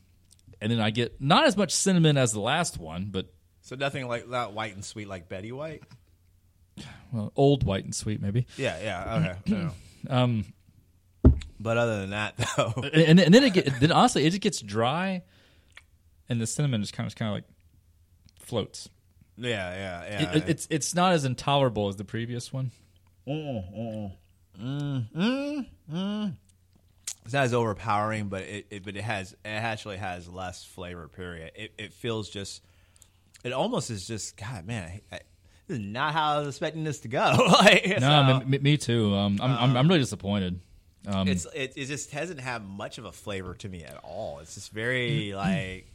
Speaker 3: and then I get not as much cinnamon as the last one, but
Speaker 2: so nothing like that white and sweet like Betty White.
Speaker 3: well, old white and sweet maybe.
Speaker 2: Yeah, yeah. Okay. yeah.
Speaker 3: Um,
Speaker 2: But other than that, though,
Speaker 3: and, and and then it get, then honestly it just gets dry, and the cinnamon just kind of kind of like floats.
Speaker 2: yeah, yeah,
Speaker 3: It-
Speaker 2: yeah.
Speaker 3: it, it's it's not as intolerable as the previous one.
Speaker 2: it's not as overpowering, but it, it but it has it actually has less flavor. Period. It it feels just. It almost is just God, man. I, I, this is not how I was expecting this to go. like,
Speaker 3: No,
Speaker 2: so- Uh-huh.
Speaker 3: me, me- me too. Um, I'm, I'm I'm really disappointed. Um,
Speaker 2: it's it, it just doesn't have much of a flavor to me at all. It's just
Speaker 3: Mm-hmm.
Speaker 2: very like,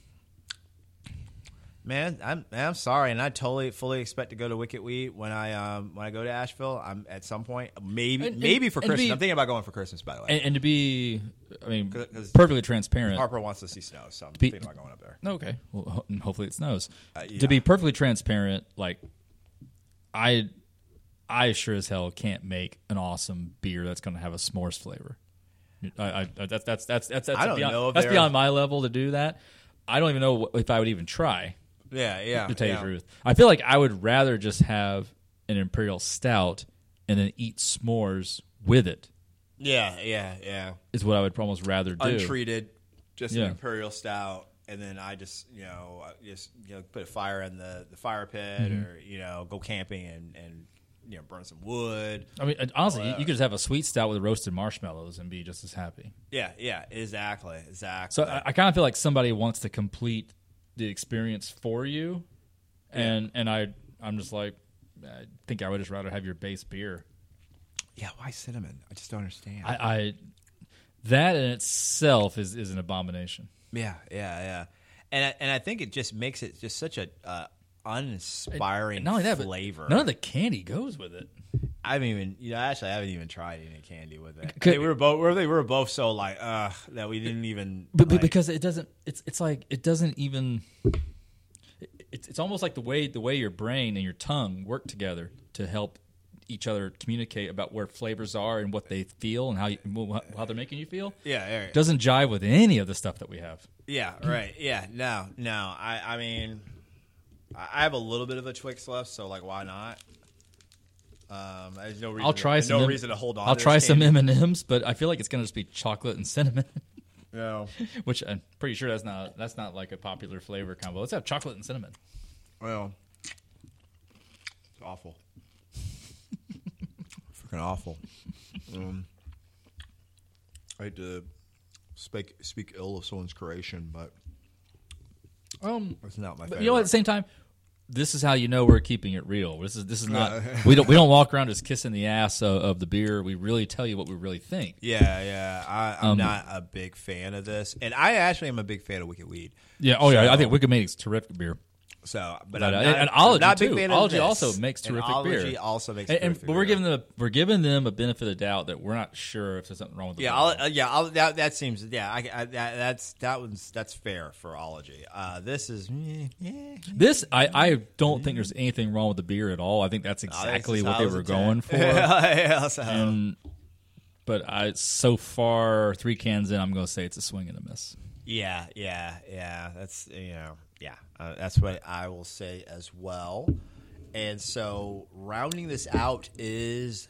Speaker 2: man, I'm man, I'm sorry, and I totally fully expect to go to Wicked Wheat when I um when I go to Asheville. I'm at some point maybe
Speaker 3: And-
Speaker 2: maybe
Speaker 3: and-
Speaker 2: for
Speaker 3: and
Speaker 2: Christmas.
Speaker 3: be-
Speaker 2: I'm thinking about going for Christmas by the way.
Speaker 3: and, and to be, I mean,
Speaker 2: 'cause-
Speaker 3: perfectly transparent.
Speaker 2: Harper wants to see snow, so I'm
Speaker 3: Be-
Speaker 2: thinking about going up there.
Speaker 3: Okay. Well, ho- and hopefully it snows.
Speaker 2: Uh, yeah.
Speaker 3: To be perfectly transparent, like I, I sure as hell can't make an awesome beer that's going to have a s'mores flavor. I, I that's that's that's that's that's,
Speaker 2: I don't
Speaker 3: beyond,
Speaker 2: know if
Speaker 3: that's
Speaker 2: there-
Speaker 3: beyond my level to do that. I don't even know wh- if I would even try.
Speaker 2: Yeah, yeah.
Speaker 3: To tell you
Speaker 2: yeah.
Speaker 3: the truth, I feel like I would rather just have an imperial stout and then eat s'mores with it.
Speaker 2: yeah, yeah, yeah.
Speaker 3: Is what I would almost rather do.
Speaker 2: Untreated, just
Speaker 3: Yeah.
Speaker 2: an imperial stout. and then I just you know I just you know put a fire in the the fire pit
Speaker 3: Mm-hmm.
Speaker 2: or you know go camping and and you know burn some wood.
Speaker 3: I mean, and honestly,
Speaker 2: uh,
Speaker 3: you- you could just have a sweet stout with roasted marshmallows and be just as happy.
Speaker 2: Yeah, yeah, exactly, exactly.
Speaker 3: So uh, I, I kind of feel like somebody wants to complete the experience for you, and and I I'm just like, I think I would just rather have your base beer.
Speaker 2: yeah, why cinnamon? I just don't understand.
Speaker 3: I, I that in itself is is an abomination.
Speaker 2: yeah, yeah, yeah. And I, and I think it just makes it just such a uh, uninspiring
Speaker 3: Not only that, but
Speaker 2: flavor.
Speaker 3: none of the candy goes with it.
Speaker 2: I haven't even, you know, actually, I haven't even tried any candy with it.
Speaker 3: Could-
Speaker 2: They were both, we were, they were both so like, uh, that we didn't even.
Speaker 3: but, but
Speaker 2: like-
Speaker 3: because it doesn't it's it's like it doesn't even it- it's it's almost like the way the way your brain and your tongue work together to help each other communicate about where flavors are and what they feel and how you, wh- how they're making you feel
Speaker 2: yeah, yeah,
Speaker 3: doesn't jive with any of the stuff that we have.
Speaker 2: yeah, right, yeah, no, no. I, I mean, I I have a little bit of a Twix left, so like, why not? Um, there's no reason.
Speaker 3: I'll try
Speaker 2: there's
Speaker 3: some.
Speaker 2: No
Speaker 3: M-
Speaker 2: reason to hold on.
Speaker 3: I'll
Speaker 2: to
Speaker 3: try
Speaker 2: this
Speaker 3: some
Speaker 2: candy.
Speaker 3: M and M's, but I feel like it's gonna just be chocolate and cinnamon,
Speaker 2: No,
Speaker 3: which I'm pretty sure that's not that's not like a popular flavor combo. Let's have chocolate and cinnamon.
Speaker 2: well, it's awful. Freaking awful. Um, I hate to speak speak ill of someone's creation, but
Speaker 3: Um,
Speaker 2: it's not my
Speaker 3: But
Speaker 2: favorite.
Speaker 3: you know, at the same time, this is how you know we're keeping it real. This is this is not we don't we don't walk around just kissing the ass of, of the beer. We really tell you what we really think.
Speaker 2: Yeah, yeah. I,
Speaker 3: Um,
Speaker 2: I'm not a big fan of this, and I actually am a big fan of Wicked Weed.
Speaker 3: Yeah. Oh yeah. I think Wicked Make's terrific beer.
Speaker 2: So, but
Speaker 3: But,
Speaker 2: I'm
Speaker 3: uh,
Speaker 2: not,
Speaker 3: and Ology,
Speaker 2: I'm not a big
Speaker 3: too.
Speaker 2: fan
Speaker 3: Ology
Speaker 2: of this.
Speaker 3: also makes
Speaker 2: And
Speaker 3: terrific
Speaker 2: Ology
Speaker 3: beer.
Speaker 2: also makes
Speaker 3: And, and-
Speaker 2: terrific
Speaker 3: but we're
Speaker 2: beer.
Speaker 3: giving them a, we're giving them a benefit of the doubt that we're not sure if there's something wrong with the
Speaker 2: Yeah,
Speaker 3: beer.
Speaker 2: I'll, uh, yeah. I'll, that that seems yeah. I, I, that, that's that one's that's fair for Ology. Uh, this is eh, eh.
Speaker 3: this I, I don't think there's anything wrong with the beer at all. I think that's exactly
Speaker 2: just
Speaker 3: what they
Speaker 2: how
Speaker 3: were
Speaker 2: it's at.
Speaker 3: going for. Um,
Speaker 2: yeah, so-
Speaker 3: but I so far three cans in, I'm going to say it's a swing and a miss.
Speaker 2: yeah, yeah, yeah. That's you know yeah. Uh, that's what I will say as well. And so rounding this out is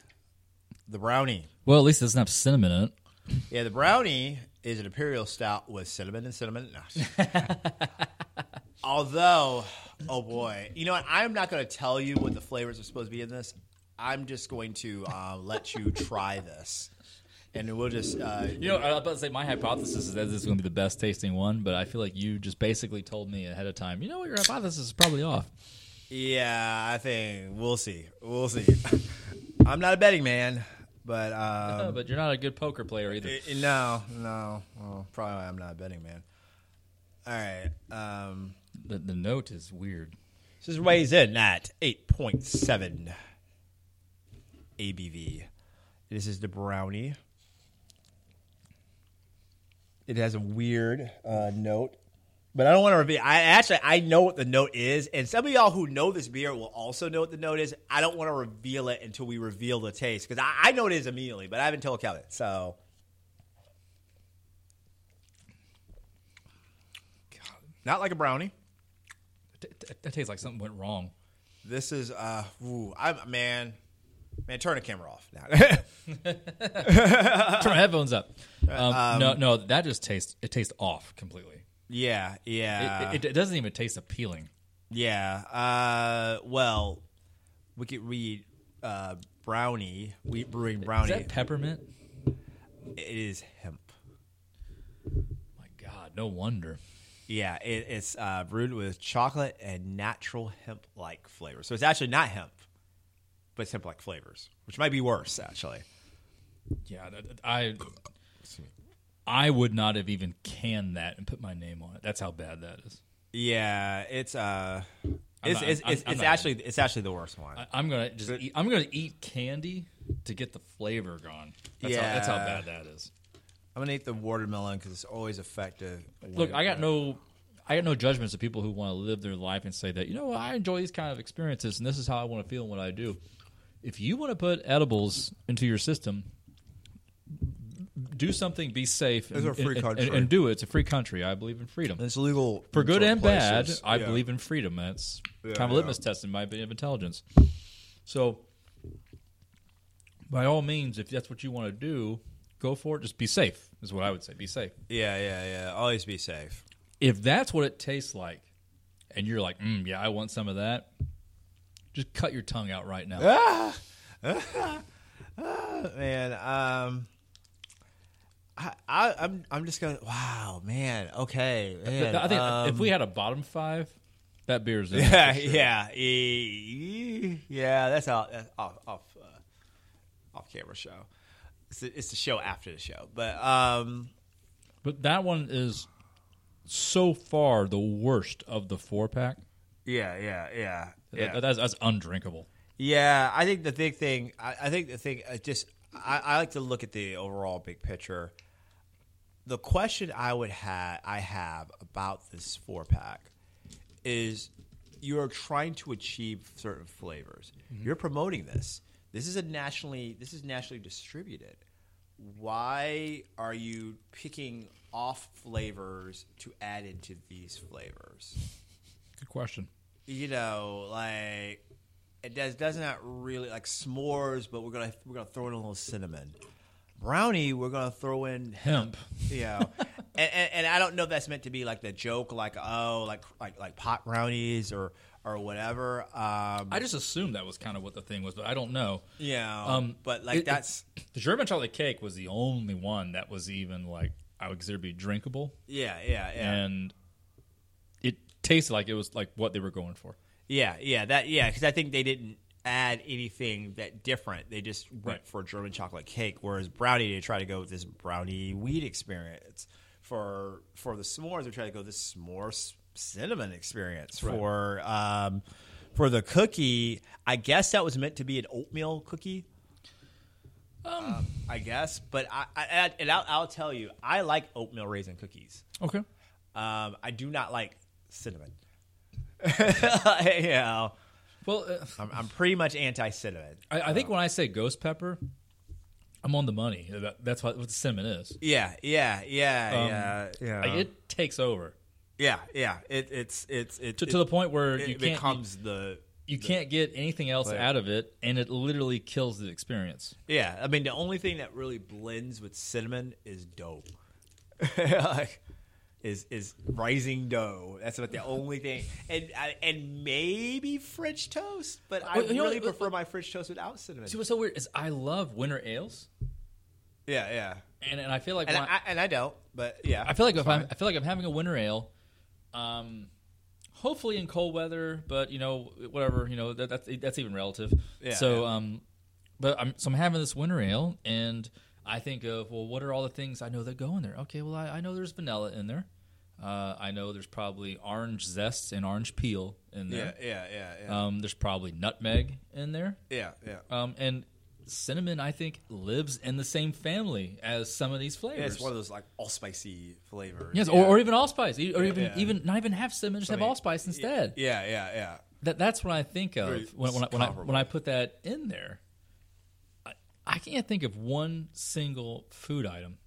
Speaker 2: the brownie.
Speaker 3: Well, at least it doesn't have cinnamon in it.
Speaker 2: Yeah, the brownie is an imperial stout with cinnamon and cinnamon. No. Although, oh boy, you know what? I'm not going to tell you what the flavors are supposed to be in this. I'm just going to uh, let you try this, and we'll just uh,
Speaker 3: You know, I was about to say my hypothesis is that this is going to be the best tasting one, but I feel like you just basically told me ahead of time. You know what, your hypothesis is probably off.
Speaker 2: yeah. I think we'll see. We'll see. I'm not a betting man, but um,
Speaker 3: Oh, but you're not a good poker player either.
Speaker 2: Eh, no, no. Well, probably I'm not a betting man. All right. Um,
Speaker 3: The, the note is weird.
Speaker 2: This weighs in at 8.7 ABV. This is the brownie. It has a weird uh, note, but I don't want to reveal. I actually I know what the note is, and some of y'all who know this beer will also know what the note is. I don't want to reveal it until we reveal the taste because I, I know it is immediately, but I haven't told Kevin. So not like a brownie.
Speaker 3: T- t- that tastes like something went wrong.
Speaker 2: This is uh ooh, I man man turn the camera off now.
Speaker 3: Turn my headphones up. Um, no, no, that just tastes. It tastes off completely.
Speaker 2: yeah,
Speaker 3: It,
Speaker 2: yeah.
Speaker 3: it, it doesn't even taste appealing.
Speaker 2: yeah. Uh well, we could read uh brownie, wheat brewing
Speaker 3: Is
Speaker 2: brownie.
Speaker 3: that peppermint?
Speaker 2: it is hemp.
Speaker 3: My God, no wonder.
Speaker 2: Yeah, it, it's uh, brewed with chocolate and natural hemp-like flavors. So it's actually not hemp, but it's hemp-like flavors, which might be worse actually.
Speaker 3: Yeah, that- I. I would not have even canned that and put my name on it. That's how bad that is.
Speaker 2: Yeah, it's uh, it's
Speaker 3: not-
Speaker 2: it's,
Speaker 3: I'm-
Speaker 2: it's,
Speaker 3: I'm
Speaker 2: it's
Speaker 3: not-
Speaker 2: actually it's actually the worst one.
Speaker 3: I- I'm gonna just eat, I'm gonna eat candy to get the flavor gone. That's, how, that's how
Speaker 2: Yeah.
Speaker 3: bad that is.
Speaker 2: I'm gonna eat the watermelon because it's always effective.
Speaker 3: Look, I got no I got no judgments of people who want to live their life and say that you know what, I enjoy these kind of experiences and this is how I want to feel and what I do. If you want to put edibles into your system, do something, be safe, and,
Speaker 2: a free
Speaker 3: and- and-
Speaker 2: country.
Speaker 3: and do it. It's a free country. I believe in freedom.
Speaker 2: It's legal
Speaker 3: for good and
Speaker 2: places.
Speaker 3: bad, I
Speaker 2: Yeah.
Speaker 3: believe in freedom. That's kind of a
Speaker 2: yeah.
Speaker 3: litmus test in my opinion of intelligence. So, by all means, if that's what you want to do, go for it. Just be safe. Is what I would say. Be safe.
Speaker 2: Yeah, yeah, yeah. Always be safe.
Speaker 3: if that's what it tastes like, and you're like, mm, yeah, I want some of that, just cut your tongue out right now.
Speaker 2: Ah, man. Um, I, I, I'm I'm just gonna. Wow, man. Okay.
Speaker 3: But
Speaker 2: Man,
Speaker 3: I think
Speaker 2: um,
Speaker 3: if we had a bottom five, that beer's in.
Speaker 2: yeah,
Speaker 3: there for sure.
Speaker 2: yeah, e- yeah. That's all. That's off, off, uh, off camera show. It's the, it's the show after the show, but um,
Speaker 3: But that one is so far the worst of the four pack.
Speaker 2: yeah, yeah, yeah, yeah.
Speaker 3: That, that's, that's undrinkable.
Speaker 2: Yeah, I think the big thing. I, I think the thing. Uh, just I, I like to look at the overall big picture. The question I would have I have about this four pack is you are trying to achieve certain flavors. You're promoting this. This is a nationally this is nationally distributed. Why are you picking off flavors to add into these flavors?
Speaker 3: Good question.
Speaker 2: you know, like it does does not really like s'mores, but we're gonna we're gonna throw in a little cinnamon. Brownie, we're gonna throw in
Speaker 3: Hemp.
Speaker 2: you know, and, and, and I don't know if that's meant to be like the joke, like oh, like like like pot brownies or or whatever. Um,
Speaker 3: I just assumed that was kind of what the thing was, but I don't know.
Speaker 2: you know,
Speaker 3: Um,
Speaker 2: but like
Speaker 3: it- it-
Speaker 2: that's
Speaker 3: The German chocolate cake was the only one that was even like I would consider to be drinkable,
Speaker 2: yeah, yeah, yeah.
Speaker 3: and it tasted like it was like what they were going for.
Speaker 2: Yeah, yeah, that yeah, because I think they didn't add anything that different. They just went
Speaker 3: Right.
Speaker 2: for German chocolate cake, whereas brownie they try to go with this brownie wheat experience. For for the s'mores, they try to go this s'more s- cinnamon experience. For um, for the cookie, I guess that was meant to be an oatmeal cookie. Um, I guess, but I, I and I'll, I'll tell you, I like oatmeal raisin cookies.
Speaker 3: Okay,
Speaker 2: Um, I do not like cinnamon. you know,
Speaker 3: well, uh,
Speaker 2: I'm, I'm pretty much anti cinnamon.
Speaker 3: I, I think when I say ghost pepper, I'm on the money. That- That's what, what the cinnamon is.
Speaker 2: Yeah, yeah, yeah,
Speaker 3: Um,
Speaker 2: yeah, yeah,
Speaker 3: Like, it takes over
Speaker 2: yeah, yeah. It, it's it's it,
Speaker 3: to,
Speaker 2: it,
Speaker 3: to the point where
Speaker 2: it
Speaker 3: you can't
Speaker 2: becomes the
Speaker 3: you can't get anything else
Speaker 2: Right.
Speaker 3: out of it, and it literally kills the experience.
Speaker 2: yeah. I mean, the only thing that really blends with cinnamon is dough. like, is is rising dough? That's about the only thing, and I- and maybe French toast. But I
Speaker 3: Well, you know
Speaker 2: really
Speaker 3: what- what-
Speaker 2: prefer my French toast without cinnamon.
Speaker 3: See, what's so weird is I love winter ales,
Speaker 2: Yeah, yeah.
Speaker 3: and, and I feel like
Speaker 2: And I,
Speaker 3: when
Speaker 2: I, and I don't, but yeah.
Speaker 3: I feel like if I'm, I feel like I'm having a winter ale, um, hopefully in cold weather, but you know, whatever, you know, that, that's that's even relative.
Speaker 2: Yeah,
Speaker 3: so, um, but I'm so I'm having this winter ale, and I think of well, what are all the things I know that go in there? Okay, well, I, I know there's vanilla in there. Uh, I know there's probably orange zest and orange peel in
Speaker 2: yeah,
Speaker 3: there.
Speaker 2: yeah, yeah, yeah,
Speaker 3: Um, there's probably nutmeg in there.
Speaker 2: yeah, yeah.
Speaker 3: Um, and cinnamon, I think, lives in the same family as some of these flavors.
Speaker 2: Yeah, it's one of those like all spicy flavors.
Speaker 3: Yes,
Speaker 2: yeah.
Speaker 3: or, or even allspice, e- or even
Speaker 2: yeah.
Speaker 3: even not even have cinnamon, just have allspice instead.
Speaker 2: yeah, yeah, yeah.
Speaker 3: That that's what I think of when when I, when I when I put that in there. I, I can't think of one single food item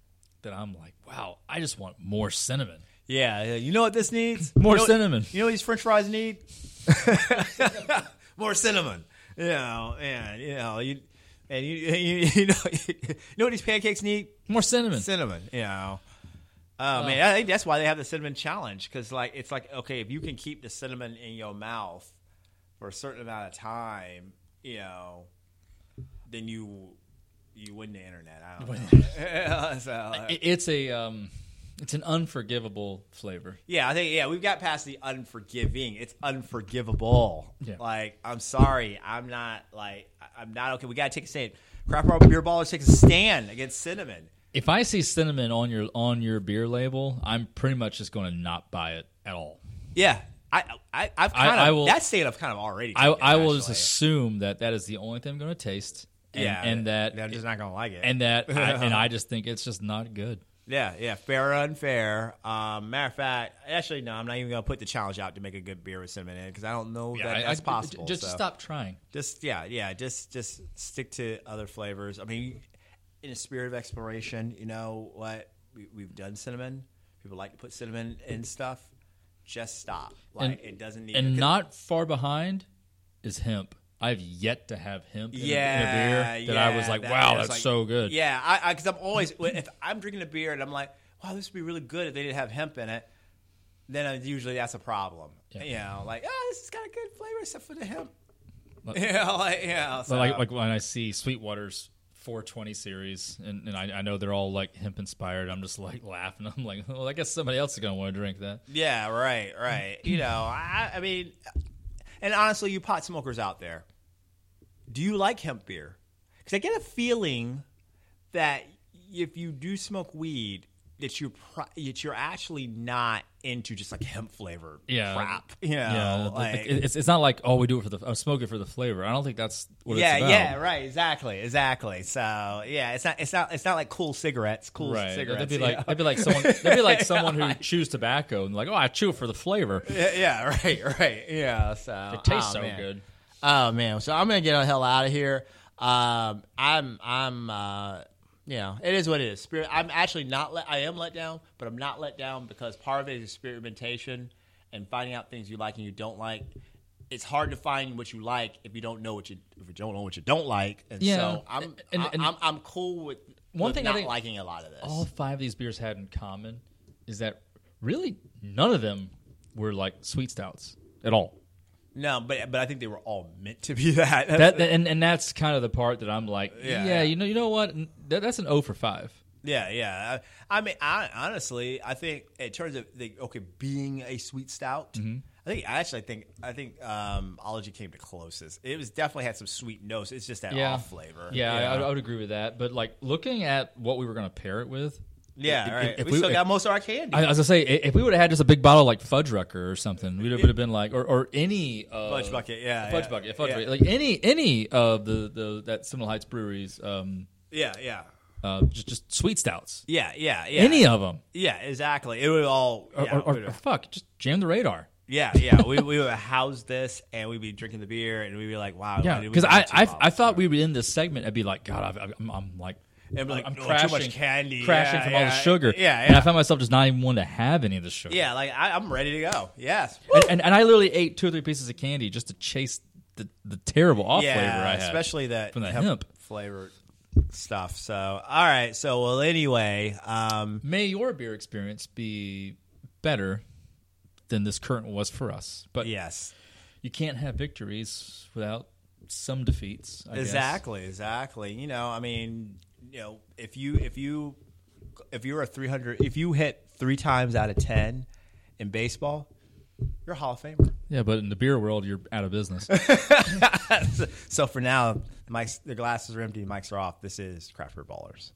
Speaker 3: that I'm like, wow, I just want more cinnamon.
Speaker 2: Yeah, yeah. You know what this needs?
Speaker 3: More
Speaker 2: You know what-
Speaker 3: cinnamon.
Speaker 2: you know what these French fries need? More cinnamon. You know, and you know, you and you you, you know you know what these pancakes need?
Speaker 3: More cinnamon.
Speaker 2: Cinnamon. You know. Oh man, I think that's why they have the cinnamon challenge because like it's like okay, if you can keep the cinnamon in your mouth for a certain amount of time, you know, then you you win the internet. I don't know. So, uh,
Speaker 3: I- it's a um, it's an unforgivable flavor.
Speaker 2: Yeah, I think yeah, we've got past the unforgiving. It's unforgivable.
Speaker 3: Yeah.
Speaker 2: Like, I'm sorry, I'm not like I- I'm not okay. We gotta take a stand. Crap Rock Beer Ballers takes a stand against cinnamon.
Speaker 3: If I see cinnamon on your on your beer label, I'm pretty much just going to not buy it at all.
Speaker 2: Yeah. I I I've
Speaker 3: I-
Speaker 2: kind of
Speaker 3: I will-
Speaker 2: that stand I've kind of already
Speaker 3: I,
Speaker 2: taken,
Speaker 3: I will just
Speaker 2: actually.
Speaker 3: assume that that is the only thing I'm going to taste. And,
Speaker 2: yeah,
Speaker 3: and that
Speaker 2: they're just not gonna like it.
Speaker 3: and that I, and I just think it's just not good.
Speaker 2: yeah, yeah, fair or unfair. Um, matter of fact, actually, no, I'm not even gonna put the challenge out to make a good beer with cinnamon in because I don't know that
Speaker 3: I-
Speaker 2: that's
Speaker 3: I-
Speaker 2: possible.
Speaker 3: Just
Speaker 2: so.
Speaker 3: stop trying.
Speaker 2: just yeah yeah just just stick to other flavors i mean in a spirit of exploration you know what we, we've done cinnamon people like to put cinnamon in stuff just stop like
Speaker 3: And-
Speaker 2: it doesn't need
Speaker 3: And
Speaker 2: to-
Speaker 3: not far behind is hemp. I've yet to have hemp in, a- in
Speaker 2: yeah
Speaker 3: a beer that I was
Speaker 2: yeah,
Speaker 3: like,
Speaker 2: that-
Speaker 3: wow,
Speaker 2: it was
Speaker 3: that's
Speaker 2: like-
Speaker 3: so good.
Speaker 2: yeah i because i'm always if i'm drinking a beer and i'm like wow this would be really good if they didn't have hemp in it then uh, usually that's a problem.
Speaker 3: Yeah.
Speaker 2: You know, like oh, this has got a good flavor except for the hemp. yeah, like yeah. So,
Speaker 3: But like like when I see Sweetwater's 420 series, and, and I, I know they're all like hemp inspired. I'm just like laughing. I'm like, well, I guess somebody else is gonna want to drink that.
Speaker 2: yeah, right, right. You know, I, I mean, and honestly, you pot smokers out there, do you like hemp beer? Because I get a feeling that if you do smoke weed, that you're pro- that you're actually not into just like hemp flavored
Speaker 3: Yeah.
Speaker 2: crap. You know,
Speaker 3: yeah, like,
Speaker 2: like-
Speaker 3: Uh, it's, it's not like oh we do it for the I smoke it for the flavor. I don't think that's what
Speaker 2: yeah,
Speaker 3: it's about.
Speaker 2: yeah, right, exactly, exactly. So yeah, it's not, it's not, it's not like cool cigarettes, cool
Speaker 3: Right,
Speaker 2: cigarettes.
Speaker 3: that'd be
Speaker 2: you
Speaker 3: like
Speaker 2: know?
Speaker 3: that'd be like someone that'd be like someone who chews tobacco and like oh I chew it for the flavor. It
Speaker 2: yeah, yeah, right, right, yeah. So
Speaker 3: tastes
Speaker 2: oh,
Speaker 3: so
Speaker 2: man.
Speaker 3: good.
Speaker 2: Oh man, so I'm gonna get the hell out of here. Um, I'm, I'm, uh, you know, it is what it is. Spirit, I'm actually not let, I am let down, but I'm not let down because part of it is experimentation and finding out things you like and you don't like. It's hard to find what you like if you don't know what you if you don't know what you don't like. And
Speaker 3: Yeah.
Speaker 2: so I'm,
Speaker 3: And-
Speaker 2: I,
Speaker 3: and-
Speaker 2: I'm, I'm cool with
Speaker 3: One
Speaker 2: with
Speaker 3: thing I
Speaker 2: not
Speaker 3: think-
Speaker 2: liking a lot of this.
Speaker 3: all five of these beers had in common is that really none of them were like sweet stouts at all.
Speaker 2: No, but but I think they were all meant to be that.
Speaker 3: That and, and that's kind of the part that I'm like,
Speaker 2: Yeah,
Speaker 3: yeah,
Speaker 2: yeah.
Speaker 3: you know, you know what? N- That, that's an O for five.
Speaker 2: yeah, yeah. I, I mean, I, honestly, I think in terms of the, okay, being a sweet stout,
Speaker 3: Mm-hmm.
Speaker 2: I think I actually think I think um, Ology came the closest. It was definitely had some sweet notes. It's just that
Speaker 3: Yeah.
Speaker 2: off flavor.
Speaker 3: Yeah, I-
Speaker 2: you
Speaker 3: I,
Speaker 2: know?
Speaker 3: I would agree with that. But like looking at what we were going to pair it with,
Speaker 2: yeah.
Speaker 3: if-
Speaker 2: right.
Speaker 3: if
Speaker 2: we,
Speaker 3: we-
Speaker 2: still
Speaker 3: if-
Speaker 2: got most of our candy.
Speaker 3: I, as I say, i- if we would have had just a big bottle like Fudge Rucker or something, we would have been like, or, or any uh,
Speaker 2: Fudge bucket, yeah,
Speaker 3: Fudge
Speaker 2: yeah,
Speaker 3: Bucket, Fudge
Speaker 2: yeah.
Speaker 3: Bucket, like any any of the, the that Seminole Heights breweries, um,
Speaker 2: yeah, yeah,
Speaker 3: uh, just just sweet stouts,
Speaker 2: yeah, yeah, yeah.
Speaker 3: any of them,
Speaker 2: yeah, exactly. It would all
Speaker 3: or,
Speaker 2: yeah,
Speaker 3: or, or,
Speaker 2: would've-
Speaker 3: or fuck, just jam the radar.
Speaker 2: yeah, yeah. we we would house this and we'd be drinking the beer and we'd be like, wow,
Speaker 3: Yeah,
Speaker 2: why did we
Speaker 3: because
Speaker 2: buy
Speaker 3: I,
Speaker 2: two
Speaker 3: I
Speaker 2: bottles?
Speaker 3: I thought we would end this segment. I'd be like, God, I've, I've- I'm, I'm like,
Speaker 2: It'd be like,
Speaker 3: I'm
Speaker 2: "Oh, too
Speaker 3: crashing,
Speaker 2: much candy."
Speaker 3: crashing
Speaker 2: Yeah,
Speaker 3: from all the
Speaker 2: yeah,
Speaker 3: sugar.
Speaker 2: yeah,
Speaker 3: and I
Speaker 2: yeah.
Speaker 3: found myself just not even wanting to have any of the sugar.
Speaker 2: Yeah, like I, I'm ready to go. Yes.
Speaker 3: and, and, and I literally ate two or three pieces of candy just to chase the, the terrible off
Speaker 2: yeah,
Speaker 3: flavor I had.
Speaker 2: especially that
Speaker 3: from that hemp.
Speaker 2: flavored stuff. So, all right. So, well, anyway, um,
Speaker 3: May your beer experience be better than this current one was for us. But
Speaker 2: yes,
Speaker 3: you can't have victories without some defeats. I guess.
Speaker 2: exactly, exactly. You know, I mean, you know, if you if you if you're a 300, if you hit three times out of ten in baseball, you're a Hall of Famer.
Speaker 3: Yeah, but in the beer world, you're out of business.
Speaker 2: so for now, Mike's the glasses are empty, mics are off. This is Craft Beer Ballers.